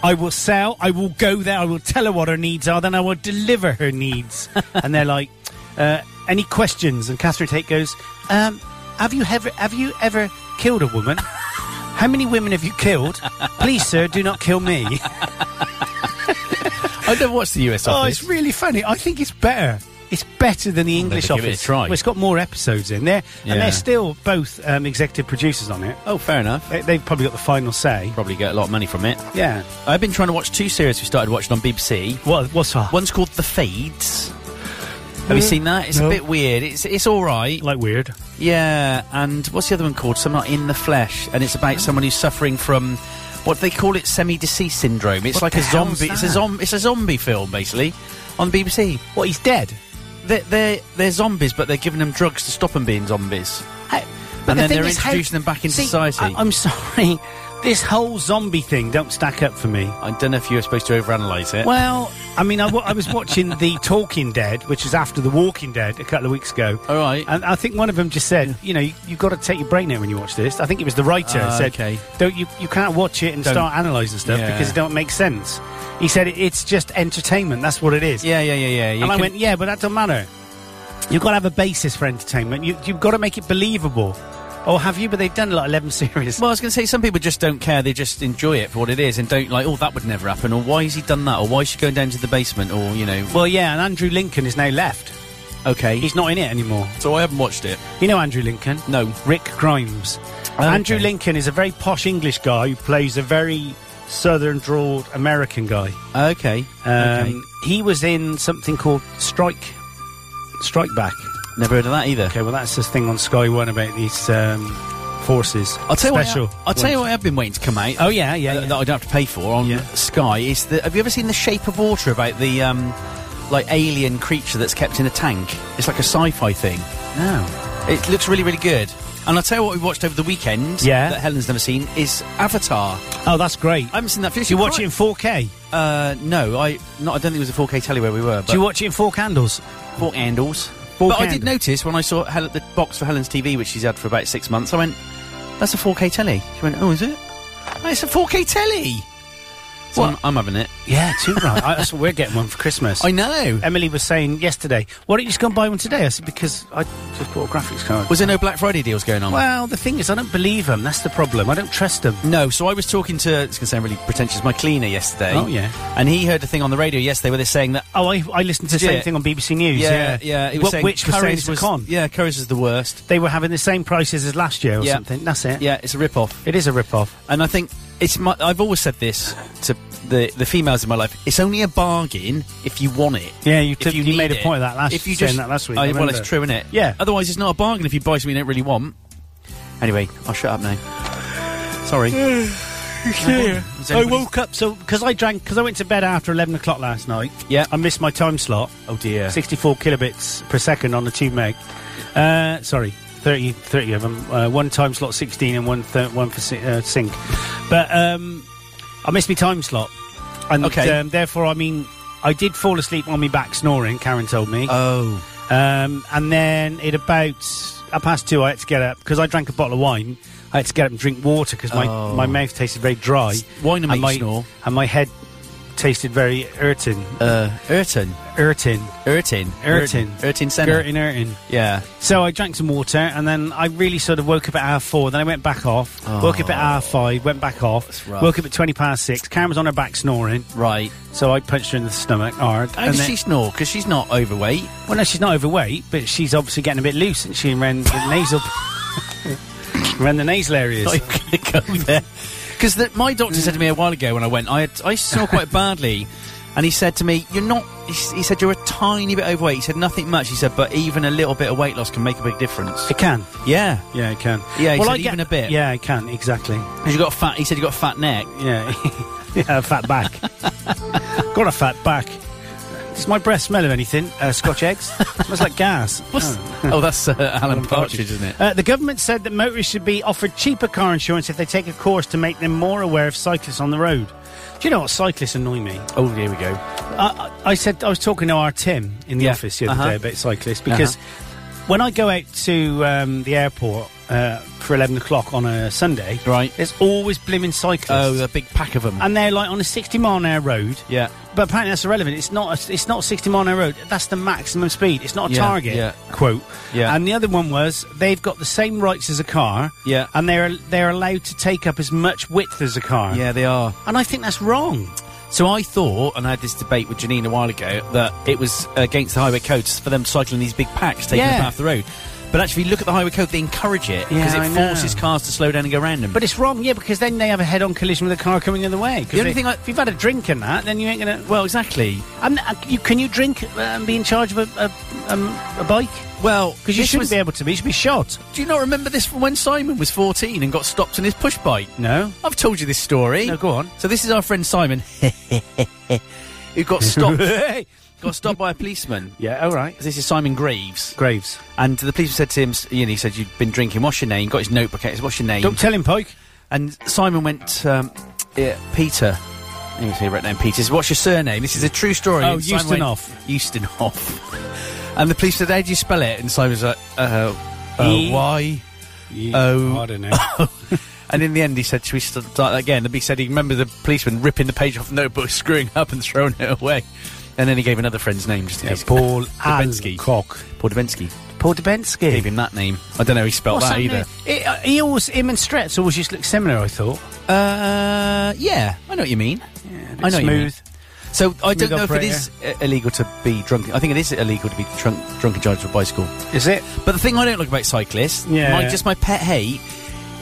I will sell. I will go there. I will tell her what her needs are. Then I will deliver her needs. and they're like, uh, "Any questions?" And Catherine Tate goes, um, "Have you ever have you ever killed a woman? How many women have you killed? Please, sir, do not kill me." Oh,
I don't watch the US
oh,
Office.
it's really funny. I think it's better. It's better than the English
give it a
Office.
try.
Well, it's got more episodes in there, and
Yeah.
they're still both um, executive producers on it.
oh, fair enough.
They, they've probably got the final say.
Probably get a lot of money from it.
Yeah.
I've been trying to watch two series we started watching on BBC.
What? What's that?
One's called The Fades. Have you seen that? It's
No.
a bit weird. It's it's all right.
Like weird.
Yeah, and what's the other one called? Someone in the flesh, and it's about someone who's suffering from what they call it semi-deceased syndrome. It's
What
like a
the hell's
zombie. It's a
that?
zombie. It's a zombie film basically on BBC.
What? He's dead.
They're they're, they're zombies, but they're giving them drugs to stop them being zombies.
But
And
the thing
then they're
is, how-
introducing them back into
See,
society.
I, am sorry. This whole zombie thing don't stack up for me.
I don't know if you're supposed to overanalyze it.
Well, I mean, I wa- I was watching The Talking Dead, which was after The Walking Dead a couple of weeks ago.
All right.
And I think one of them just said, you know, you, you've got to take your brain out when you watch this. I think it was the writer
Ah,
said,
okay.
don't you, you can't watch it and
Don't-
start analysing stuff
Yeah.
because it don't make sense. He said, it, it's just entertainment. That's what it is.
yeah, yeah, yeah, yeah. You
and I
can-
went, yeah, but that do not matter. You've got to have a basis for entertainment. You, you've got to make it believable. Or have you? But they've done like 11 series.
Well, I was going to say some people just don't care. They just enjoy it for what it is, and don't like. Oh, that would never happen. Or why has he done that? Or why is she going down to the basement? Or you know,
Well, yeah, and Andrew Lincoln is now left.
okay.
He's not in it anymore.
so I haven't watched it.
You know Andrew Lincoln?
No.
Rick Grimes.
Oh,
Andrew
okay.
Lincoln is a very posh English guy who plays a very southern drawled American guy.
Okay.
Um,
okay.
He was in something called Strike Strike Back.
Never heard of that either.
Okay, well, that's this thing on Sky One about these um, forces.
I'll tell you
Special.
what. I, will tell you what I've been waiting to come out.
Oh, yeah, yeah.
uh,
yeah.
That I don't have to pay for on
Yeah.
Sky. Is the Have you ever seen The Shape of Water about the um, like alien creature that's kept in a tank? It's like a sci-fi thing.
No.
It looks really really good. And I'll tell you what we watched over the weekend.
Yeah.
That Helen's never seen is Avatar.
Oh, that's great.
I haven't seen that.
Do you watch it in 4K?
Uh, no, I not. I don't think it was a 4K telly where we were. But
Do you watch it in four candles?
four handles?
Ball
But I
can.
did notice when I saw Hel- the box for Helen's TV, which she's had for about six months, I went, that's a 4K telly. She went, oh, is it? Oh, it's a 4K telly. So I'm, I'm having it.
Yeah, too right. I, that's what we're getting one for Christmas.
I know.
Emily was saying yesterday, why don't you just go and buy one today? I said, because I just bought a graphics card.
Was there no Black Friday deals going on?
well, the thing is, I don't believe them. That's the problem. I don't trust them.
No, so I was talking to, it's going to sound really pretentious, my cleaner yesterday.
Oh, yeah.
And he heard a thing on the radio yesterday where they're saying that.
Oh, I, I listened to the same
Yeah.
thing on BBC News.
Yeah,
Yeah,
yeah. He was
What-
saying
which was saying
Curry's
it's a con.
Yeah, Curry's was the worst.
They were having the same prices as last year or
Yeah.
something. That's it.
Yeah, it's a rip-off.
It is a rip-off.
And I think it's my, I've always said this to the, the females in my life. It's only a bargain if you want it.
Yeah, you
If
took- you
need
made a
it.
point of that last-
if you
saying
just,
that last week,
Oh,
I
well,
remember.
it's true, innit?
Yeah.
Otherwise, it's not a bargain if you buy something you don't really want. Anyway, I'll shut up now. Sorry. Is
I
anybody-
woke up so because I drank because I went to bed after eleven o'clock last night.
Yeah.
I missed my time slot.
Oh dear.
Sixty-four kilobits per second on the two meg. Uh, sorry, 30, 30 of them. Uh, one time slot sixteen and one thir- one for si- uh, sync. But um, I missed my time slot, and
Okay.
um, therefore, I mean, I did fall asleep on my back snoring. Karen told me.
Oh.
Um, and then at about half past two, I had to get up because I drank a bottle of wine. I had to get up and drink water because my,
Oh.
my mouth tasted very dry.
Wine will
and
make
my,
you snore.
And my head tasted very urtin.
Uh, Urton.
Urtin.
Urton.
Urtin.
Urton Center.
Urtin, urtin.
Yeah.
So I drank some water and then I really sort of woke up at hour four. Then I went back off. Woke up at hour five, went back off.
Oh. rough.
Woke up at 20 past six. Karen was on her back snoring.
Right.
So I punched her in the stomach hard.
How
and
does
then-
she snore? Because she's not overweight.
Well, no, she's not overweight, but she's obviously getting a bit loose, and she ran the nasal, ran the nasal areas.
I'm going to go there. Because my doctor said to me a while ago when I went, I, had, I snore quite badly. And he said to me, You're not, he s- he said, You're a tiny bit overweight. He said, Nothing much. He said, But even a little bit of weight loss can make a big difference.
It can,
Yeah.
yeah, it can.
Yeah, he
well,
said
I get,
even a bit.
Yeah, it can exactly.
Because you got a fat, he said, You got a fat neck.
Yeah, yeah a fat back. Got a fat back. Does my breath smell of anything? Uh, Scotch eggs smells like gas.
oh, that's uh, Alan Partridge, isn't it?
Uh, the government said that motorists should be offered cheaper car insurance if they take a course to make them more aware of cyclists on the road. Do you know what cyclists annoy me?
Oh, here we go.
I, I I said I was talking to our Tim in the
Yeah.
office the other
Uh-huh.
day about cyclists because when I go out to um, the airport uh, for eleven o'clock on a Sunday,
Right.
there's always blimmin' cyclists,
Oh, a big pack of them.
and they're like on a sixty mile an hour road.
yeah.
But apparently that's irrelevant. It's not. A, it's not sixty mile an hour road. That's the maximum speed. It's not a
Yeah,
target
yeah.
quote.
Yeah.
And the other one was they've got the same rights as a car.
Yeah.
And they're they're allowed to take up as much width as a car.
Yeah, they are.
And I think that's wrong.
So I thought, and I had this debate with Janine a while ago, that it was against the highway codes for them cycling these big packs, taking
Yeah.
up half the road. But actually, if you look at the highway code, they encourage it because
Yeah, I
it
know.
forces cars to slow down and go around them.
But it's wrong, yeah, because then they have a head-on collision with a car coming the other way. 'Cause
The only
they-
thing I-
if you've had a drink in that, then you ain't gonna.
well, exactly.
And uh, you, can you drink uh, and be in charge of a, a, um, a bike?
Well,
Because you
this
shouldn't
was-
be able to be. You should be shot.
Do you not remember this from when Simon was 14 and got stopped on his push bike?
No.
I've told you this story.
No, go on.
So this is our friend Simon, who got stopped. got stopped by a policeman.
Yeah. All right.
This is Simon Graves,
Graves.
and the policeman said to him, s- you know, he said you've been drinking. What's your name? Got his notebook out. he said, What's your name?
Don't tell him, Pike.
And Simon went, um, yeah, Peter. Let me see right now, Peter. He said, What's your surname? This is a true story.
Oh,
And Simon went,
Ustonoff.
Ustonoff. and the police said, How do you spell it? And Simon was like, uh, uh,
E-
why?
Oh, I don't know.
And in the end, he said, Should we st- start that again? And he said, He remembered the policeman ripping the page off the notebook, screwing up and throwing it away. And then he gave another friend's name, just in case.
Paul
Dubensky.
Alcock.
Paul Dubensky.
Paul Dubensky.
Gave him that name. I don't know how he spelled
What's
that
that
either.
name? It, uh, he always, him and Stretz always just look similar. I thought.
Uh, yeah, I know what you mean. I know what you mean.
smooth.
So I don't
Smooth
know
operator.
if it is uh, illegal to be drunk. I think it is illegal to be drunk, drunk and charged with a bicycle.
Is it?
But the thing I don't like about cyclists,
Yeah.
my, just my pet hate,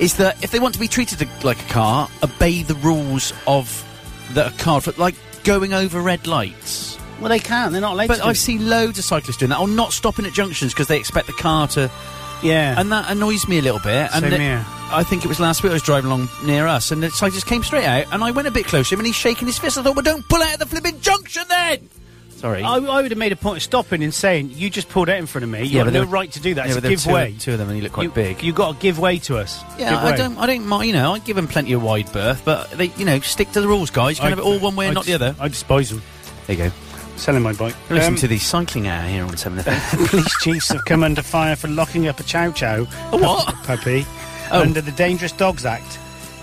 is that if they want to be treated a- like a car, obey the rules of the car, for- like going over red lights.
Well, they can't. They're not allowed.
But
to do-
I've seen loads of cyclists doing that, or not stopping at junctions because they expect the car to
Yeah.
and that annoys me a little bit. And
Same
the-
here.
I think it was last week I was driving along near us, and the cyclist came straight out, and I went a bit close to him, and he's shaking his fist. I thought, well, don't pull out of the flipping junction then! Sorry.
I, I would have made a point of stopping and saying, "You just pulled out in front of me. You
Yeah,
have
but
no
there were-
right to do that.
yeah,
it's
but
a
there were
give
two,
way."
two of them, and he looked quite
you,
big.
You got to give way to us.
yeah,
Give
I
way.
don't, I don't mind. You know, I give him plenty of wide berth, but they, you know, stick to the rules, guys. You can
I-
have it all one way and
I
not the
just-
other.
I despise them.
There you go.
Selling my bike.
You're listening
Um,
to the cycling hour here on 7FM.
Police chiefs have come under fire for locking up a Chow Chow
A what?
pu- puppy
Oh.
under the Dangerous Dogs Act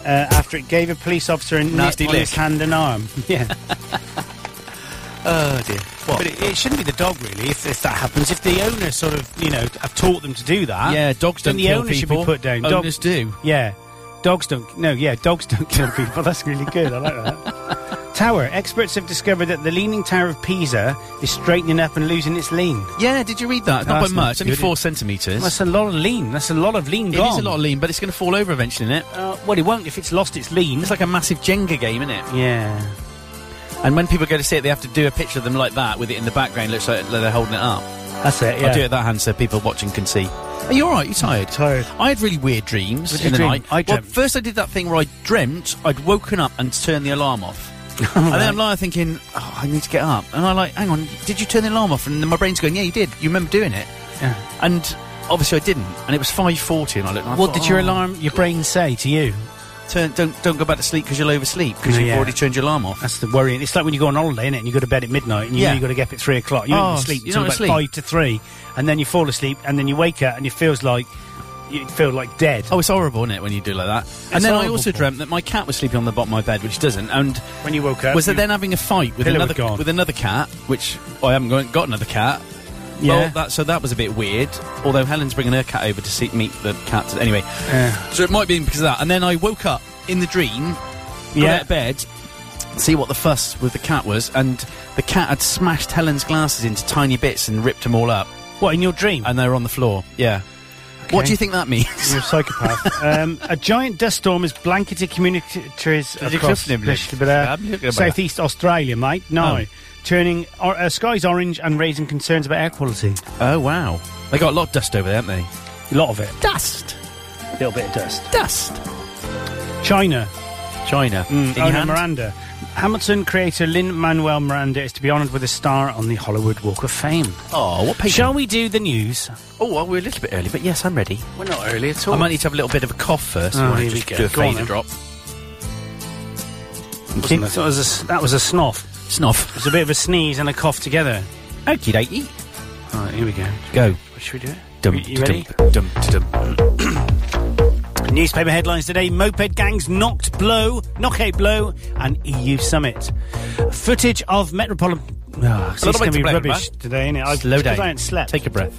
uh, after it gave a police officer a
Nasty
nip on
lick.
his hand and arm. Yeah,
Oh dear. What?
but it, it shouldn't be the dog really. If, if that happens, if the owner sort of you know have taught them to do that,
yeah, dogs
then
don't
the
kill
owner should
people.
be put down. Dog-
Owners do.
Yeah. Dogs don't. No, yeah, dogs don't kill people. That's really good. I like that. Tower. Experts have discovered that the Leaning Tower of Pisa is straightening up and losing its lean.
Yeah, did you read that? Not
That's
by
not
much, only
good,
four
is
centimetres.
That's a lot of lean. That's a lot of lean
It
gone.
is a lot of lean, but it's going to fall over eventually, is
Uh, well, it won't if it's lost its lean.
It's like a massive Jenga game, isn't it?
yeah.
And when people go to see it, they have to do a picture of them like that with it in the background. Looks like they're holding it up.
That's it, Uh, yeah.
I'll do it that hand so people watching can see. Are you all right? You tired?
tired.
I had really weird dreams
What did
in the
you dream?
night.
I
well,
dreamt.
first I did that thing where I dreamt I'd woken up and turned the alarm off. and then I'm lying thinking, oh, I need to get up. And I'm like, hang on, did you turn the alarm off? And then my brain's going, yeah, you did. You remember doing it.
Yeah.
And obviously I didn't. And it was 5.40 and I looked and I
What
thought,
did your
"Oh,
alarm, your brain say to you?
Turn, don't, don't go back to sleep because you'll oversleep because
No,
you've
yeah.
already turned your alarm off.
That's the worry. It's like when you go on holiday, innit, and you go to bed at midnight, and you
Yeah.
know you got to get up at three o'clock. You
Oh,
don't sleep
you're
until
not
about
asleep.
five to three, and then you fall asleep, and then you wake up, and it feels like you feel like dead.
Oh, it's horrible, isn't it, when you do like that? and then I
horrible,
also
Paul.
dreamt that my cat was sleeping on the bottom of my bed, which doesn't. And
When you woke up,
was
you-
it then having a fight with
Pillow
another
was gone.
with another cat, which I haven't got, got another cat.
Yeah.
Well, that, so that was a bit weird. Although Helen's bringing her cat over to see, meet the cat. today. Anyway, so it might be because of that. And then I woke up in the dream, yeah.
Yeah.
out of bed, see what the fuss with the cat was, and the cat had smashed Helen's glasses into tiny bits and ripped them all up,
What in your dream?
and they were on the floor. Yeah. What
Okay.
do you think that means?
You're a psychopath. um, a giant dust storm has blanketed communities
Did you
across
cliff nibbling?
Bishopsborough,
Yeah, I'm-
southeast Australia, mate. No.
Oh.
Turning or, uh, skies orange and raising concerns about air quality.
Oh wow, they got a lot of dust over there, haven't they?
A lot of it.
Dust,
A little bit of dust.
dust.
China. Mm.
China. In your
owner
hand?
Miranda. Hamilton creator Lin Manuel Miranda is to be honoured with a star on the Hollywood Walk of Fame.
Oh, what page?
Shall we do the news?
Oh, well, we're a little bit early, but yes, I'm ready.
We're not early at
I might need to have a little bit of a cough first.
Oh,
I wanna
here we
just
go.
Do a
Go on
phaser
then.
drop.
That was a, s- that was a snoff. It
Snuff.
was a bit of a sneeze and a cough together.
Okie dokie.
All right, here we go.
Go.
Should we do it?
Dum,
you ready?
Dum, dum, dum.
Newspaper headlines today Moped gangs knocked blow, knockout blow, and EU summit. Footage of Metropolitan. Oh,
lot
it's
of
going to
weight to
be
blame,
rubbish today, innit? I-
Slow
it's 'cause
down.
I haven't slept.
Take a breath.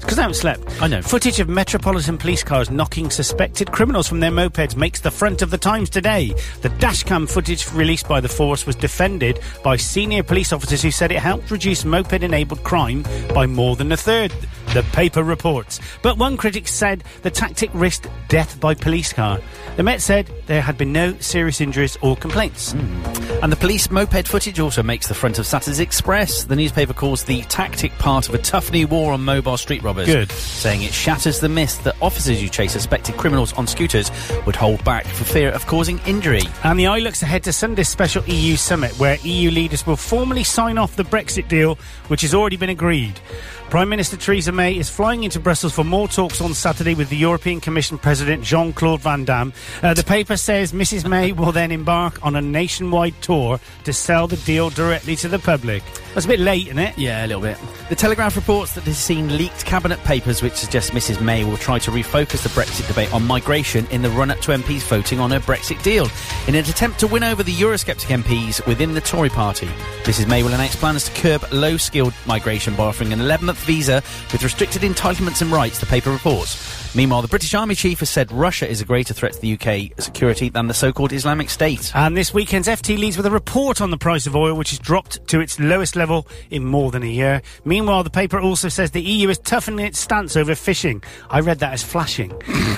Because I haven't slept.
I know.
Footage of Metropolitan Police cars knocking suspected criminals from their mopeds makes the front of the Times today. The dashcam footage released by the force was defended by senior police officers who said it helped reduce moped enabled crime by more than a third, the paper reports. But one critic said the tactic risked death by police car. The Met said there had been no serious injuries or complaints.
And the police moped footage also makes the front of Saturday's Express. The newspaper calls the tactic part of a tough new war on mobile street robbers.
Good.
Saying it shatters the myth that officers who chase suspected criminals on scooters would hold back for fear of causing injury.
And the eye looks ahead to Sunday's special EU summit, where EU leaders will formally sign off the Brexit deal, which has already been agreed. Prime Minister Theresa May is flying into Brussels for more talks on Saturday with the European Commission President Jean Claude Van Damme. Uh, the paper says Mrs. May will then embark on a nationwide tour to sell the deal directly to the public. That's a bit late, isn't it?
Yeah, a little bit. The Telegraph reports that it has seen leaked cabinet papers which suggest Mrs May will try to refocus the Brexit debate on migration in the run up to MPs voting on her Brexit deal in an attempt to win over the Eurosceptic MPs within the Tory party. Mrs May will announce plans to curb low skilled migration by offering an 11 month visa with restricted entitlements and rights, the paper reports. Meanwhile, the British Army chief has said Russia is a greater threat to the UK security than the so called Islamic State.
And this weekend's FT leads with a report on the price of oil, which has dropped to its lowest level in more than a year. Meanwhile, the paper also says the EU is toughening its stance over fishing. I read that as flashing.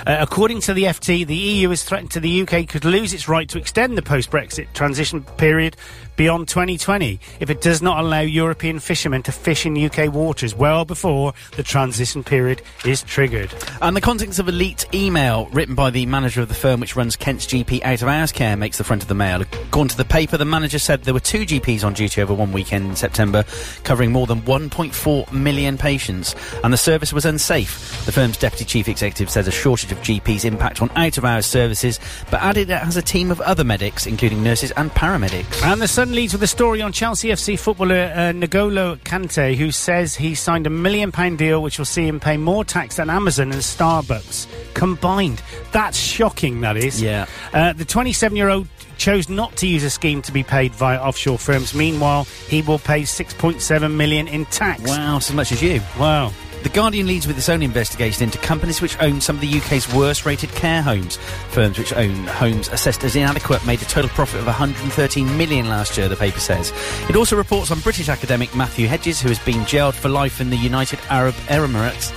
uh, according to the FT, the EU is threatened to the UK could lose its right to extend the post Brexit transition period beyond 2020 if it does not allow European fishermen to fish in UK waters well before the transition period is triggered.
And the contents of a leaked email written by the manager of the firm which runs Kent's GP out of hours care makes the front of the mail. According to the paper, the manager said there were two GPs on duty over one weekend in September, covering more than 1.4 million patients, and the service was unsafe. The firm's deputy chief executive says a shortage of GPs impact on out of hours services, but added it has a team of other medics, including nurses and paramedics.
And the Sun leads with a story on Chelsea FC footballer uh, N'Golo Kante, who says he signed a million pound deal which will see him pay more tax than Amazon and Starbucks combined. That's shocking, that is.
Yeah.
Uh, the 27 year old chose not to use a scheme to be paid via offshore firms. Meanwhile, he will pay 6.7 million in tax.
Wow, it's as much as you.
Wow.
The Guardian leads with its own investigation into companies which own some of the UK's worst rated care homes. Firms which own homes assessed as inadequate made a total profit of 113 million last year, the paper says. It also reports on British academic Matthew Hedges, who has been jailed for life in the United Arab Emirates,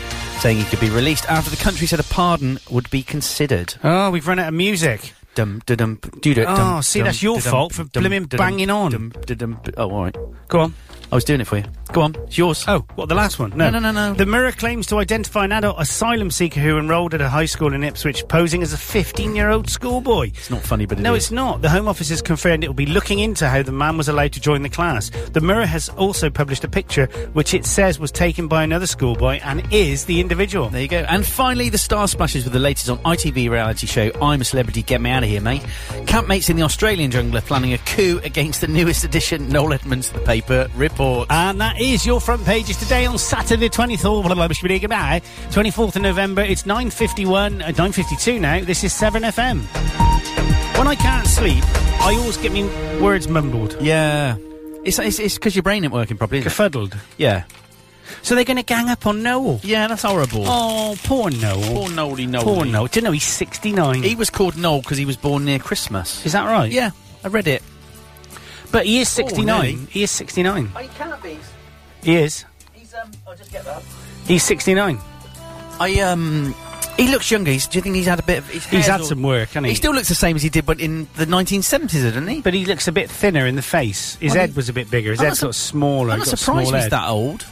saying he could be released after the country said a pardon would be considered.
Oh, we've run out of music.
Dum, da, dum, do do,
Oh,
dum,
see,
dum,
that's your
da, dum,
fault for
dum,
blimmin'
da, dum,
banging on.
dum, da, dum, Oh, all right.
Go on.
I was doing it for you. Go on, it's yours.
Oh, what, the last one? No.
No, no, no, no.
The Mirror claims to identify an adult asylum seeker who enrolled at a high school in Ipswich posing as a 15 year old schoolboy.
It's not funny, but it
No,
is.
it's not. The Home Office has confirmed it will be looking into how the man was allowed to join the class. The Mirror has also published a picture which it says was taken by another schoolboy and is the individual.
There you go. And finally, the star splashes with the latest on ITV reality show I'm a Celebrity, Get Me Out of Here, Mate. Campmates in the Australian jungle are planning a coup against the newest edition, Noel Edmonds, the paper report.
And that is your front pages today on Saturday, 24th, blah, blah, blah, blah, goodbye. 24th of November. It's 9.51, uh, 9.52 now. This is 7FM. When I can't sleep, I always get me words mumbled.
yeah. It's because it's, it's 'cause your brain ain't working properly, is
Befuddled.
Yeah.
So they're going to gang up on Noel.
Yeah, that's horrible.
Oh, poor Noel.
Poor Noely Noel.
Poor Noel. Didn't know he's 69.
He was called Noel because he was born near Christmas.
is that right?
Yeah, I read it.
But he is 69.
Noel.
he is 69.
I can't be.
He is.
He's, um, I'll just get that.
He's 69.
I, um, he looks younger. He's, do you think he's had a bit of. His
He's
hair's
had
all-
some work, hasn't he?
He still looks the same as he did but in the 1970s, doesn't he?
but he looks a bit thinner in the face. His
Well,
head
he-
was a bit bigger. His
I'm
head's
not
got
su-
smaller.
I'm not
got a
surprised
small
he's
head.
that old.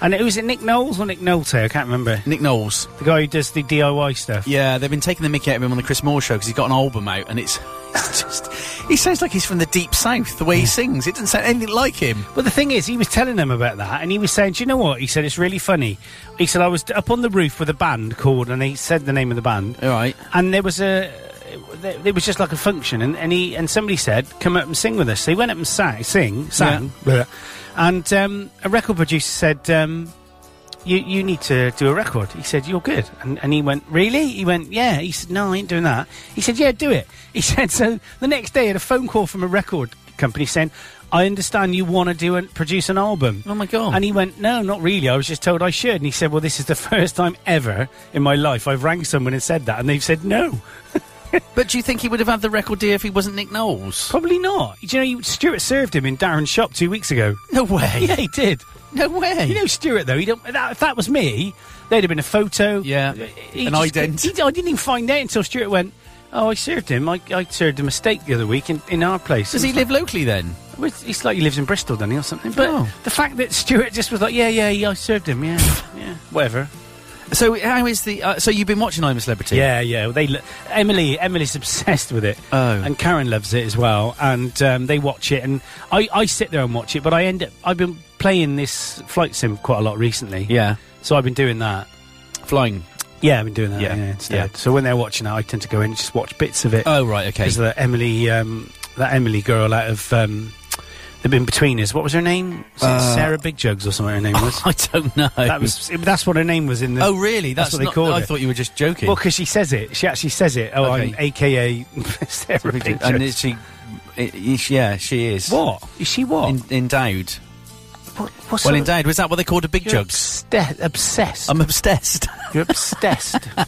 And it was it Nick Knowles or Nick Nolte? I can't remember.
Nick Knowles.
The guy who does the DIY stuff.
Yeah, they've been taking the mickey out of him on the Chris Moore show because he's got an album out and it's it's just. He sounds like he's from the deep south, the way he sings. It doesn't sound anything like him.
Well, the thing is, he was telling them about that, and he was saying, "Do you know what?" He said, "It's really funny." He said, "I was d- up on the roof with a band called," and he said the name of the band.
All right.
And there was a, there there was just like a function, and, and he and somebody said, "Come up and sing with us." So he went up and sang, sing, sang, bleh. and um, a record producer said, um, "You you need to do a record." He said, "You're good," and, and he went, "Really?" He went, "Yeah." He said, "No, I ain't doing that." He said, "Yeah, do it." He said, "So the next day, I had a phone call from a record company saying." I understand you want to do and produce an album.
Oh, my God.
And he went, "No, not really. I was just told I should." And he said, "Well, this is the first time ever in my life I've rang someone and said that, and they've said no."
But do you think he would have had the record deal if he wasn't Nick Knowles?
Probably not. Do you know, you- Stuart served him in Darren's shop two weeks ago.
No way.
Yeah, he did.
No way.
You know, Stuart though. He don't. That, if that was me, there'd have been a photo.
Yeah.
He
An
just-
ident.
he- I didn't even find out until Stuart went. Oh, I served him. I, I served a mistake the other week in, in our place.
Does he live locally then?
Well, it's- It's like he lives in Bristol, doesn't he, or something? But
Oh.
the fact that Stuart just was like, yeah, yeah, yeah I served him, yeah, yeah, whatever.
So how is the? Uh, so you've been watching I'm a Celebrity?
Yeah, yeah. Well, they lo- Emily Emily's obsessed with it.
Oh.
and Karen loves it as well. And um, they watch it, and I, I sit there and watch it. But I end up I've been playing this flight sim quite a lot recently.
Yeah.
so I've been doing that.
Flying.
Yeah, I've been doing that. Yeah,
Yeah,
instead.
yeah.
So when they're watching that, I tend to go in and just watch bits of it.
Oh right. Okay.
Because that Emily, um, that Emily girl out of um, the in between us. What was her name? Was it
Uh,
Sarah Big Jugs or something. Her name was.
I don't know.
that was. That's what her name was in the.
Oh really?
That's
That's,
what they
not-
called
I
it.
thought you were just joking.
Well, because she says it. She actually says it. Oh,
Okay.
I'm AKA Sarah Big Jugs.
and is she? i- is- yeah, she is.
What? Is she what?
En- endowed.
what what's
Well,
up?
endowed. Was that Um, what they called a big
You're
jugs?
obste- obsessed.
I'm obsessed.
You're obsessed.
Has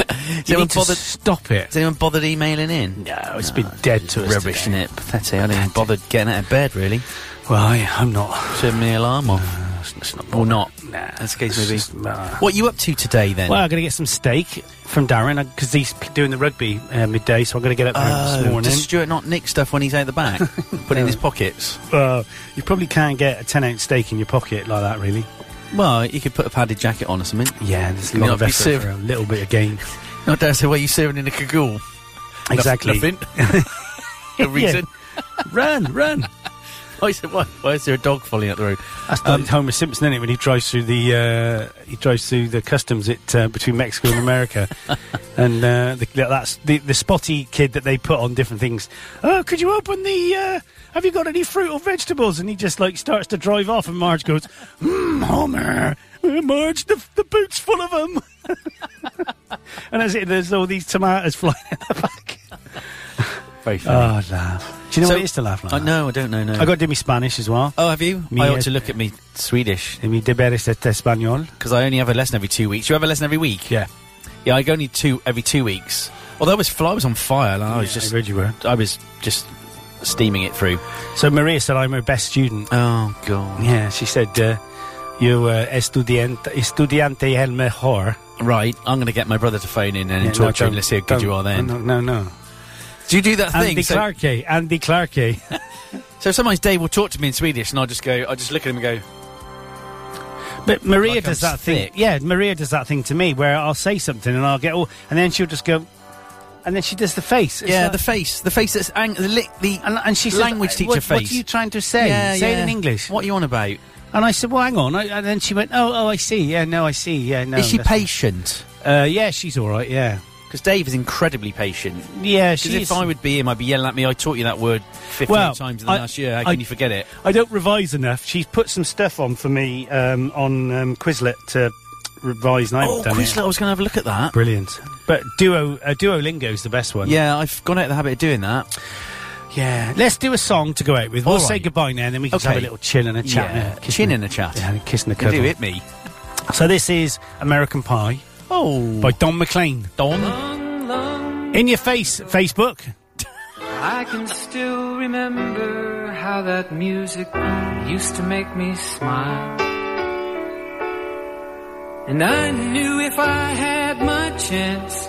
you
anyone
need to
bothered?
stop it.
Has anyone bothered emailing in?
No, it's been dead to us.
Rubbish,
today.
innit? Pathetic. I didn't even bother getting out of bed, really.
Well, I, I'm not.
Turn my alarm off.
It's not
Or not.
Nah.
That's the case, maybe.
It's just- nah.
What you up to today, then?
Well, I'm going to get some steak from Darren because he's p- doing the rugby uh, midday, so I'm going to get up there
Oh,
this morning.
Does Stuart not nick stuff when he's out the back? Put it in his pockets?
Uh, you probably can't get a 10 ounce steak in your pocket like that, really.
Well, you could put a padded jacket on or something.
Yeah, there's a
Can
lot
you
of
not be
effort for
ser-
a little bit of gain.
Not dare say, why you serving in a cagoule?
Exactly.
Nothing. no reason.
Run, run.
I said, why, why is there a dog following up the road?
That's like Homer Simpson, is it? When he drives through the uh, he drives through the customs at uh, between Mexico and America, and uh, the, that's the, the spotty kid that they put on different things. Oh, could you open the? Uh, have you got any fruit or vegetables? And he just like starts to drive off, and Marge goes, mm, Homer, uh, Marge, the, the boot's full of them. and as it, there's all these tomatoes flying in the back.
Very funny.
Oh, laugh! Do you know
So-
what it is to laugh like?
Uh, I
that?
no, I don't know. No.
I got to do me Spanish as well.
oh, have you?
Me
I
as-
ought to look at me Swedish
De mi deberes de español.
because I only have a lesson every two weeks. You have a lesson every week?
Yeah.
Yeah, I go only two every two weeks. Although I was fly, I was on fire. like, I was
Yeah,
just,
I heard you were.
I was just steaming it through.
So Maria said I'm her best student.
Oh god.
Yeah, she said uh, you uh, estudiante, estudiante el mejor.
Right, I'm going to get my brother to phone in and
Yeah,
talk to
don't-
him. Let's see how good you
don't-
are then.
No, no, no.
Do you do that thing?
Andy
So-
Clarke, Andy Clarke.
So sometimes Dave will talk to me in Swedish, and I'll just go, I'll just look at him and go,
But Maria
Like I'm
does that
thick.
thing. Yeah, Maria does that thing to me where I'll say something and I'll get all, and then she'll just go, and then she does the face. It's
yeah,
like-
the face, the face that's ang- the, li- the
and, and she says,
language
"Uh,
teacher
what,
face.
What are you trying to say?
Yeah,
say it
yeah.
in English.
What are you on about?
And I said, well, hang on. I, and then she went, oh, oh, I see. Yeah, no, I see. Yeah, no.
is she
that's-
patient?
Uh, yeah, she's all right. Yeah,
Because Dave is incredibly patient.
yeah.
Because
She
if
is.
I would be him, I'd be yelling at me. I taught you that word fifteen
Well,
times in the
I-
last year. How can
I-
you forget it?
I don't revise enough. She's put some stuff on for me um, on um, Quizlet to revise, and I haven't
Oh,
done
Quizlet, I
it.
was going to have a look at that.
Brilliant. But Duo uh, Duolingo is the best one.
Yeah, I've gone out of the habit of doing that.
yeah. Let's do a song to go out with. We'll
All
say
right.
goodbye now, and then we can just have a
Okay.
little chill and a chat.
yeah,
and a kiss
chin
and-
in the chat.
Yeah, and a kiss and a
You do
cuddle.
hit me.
So this is American Pie
Oh,
by Don McLean.
Don.
In your face, Facebook.
I can still remember how that music used to make me smile. And I knew if I had my chance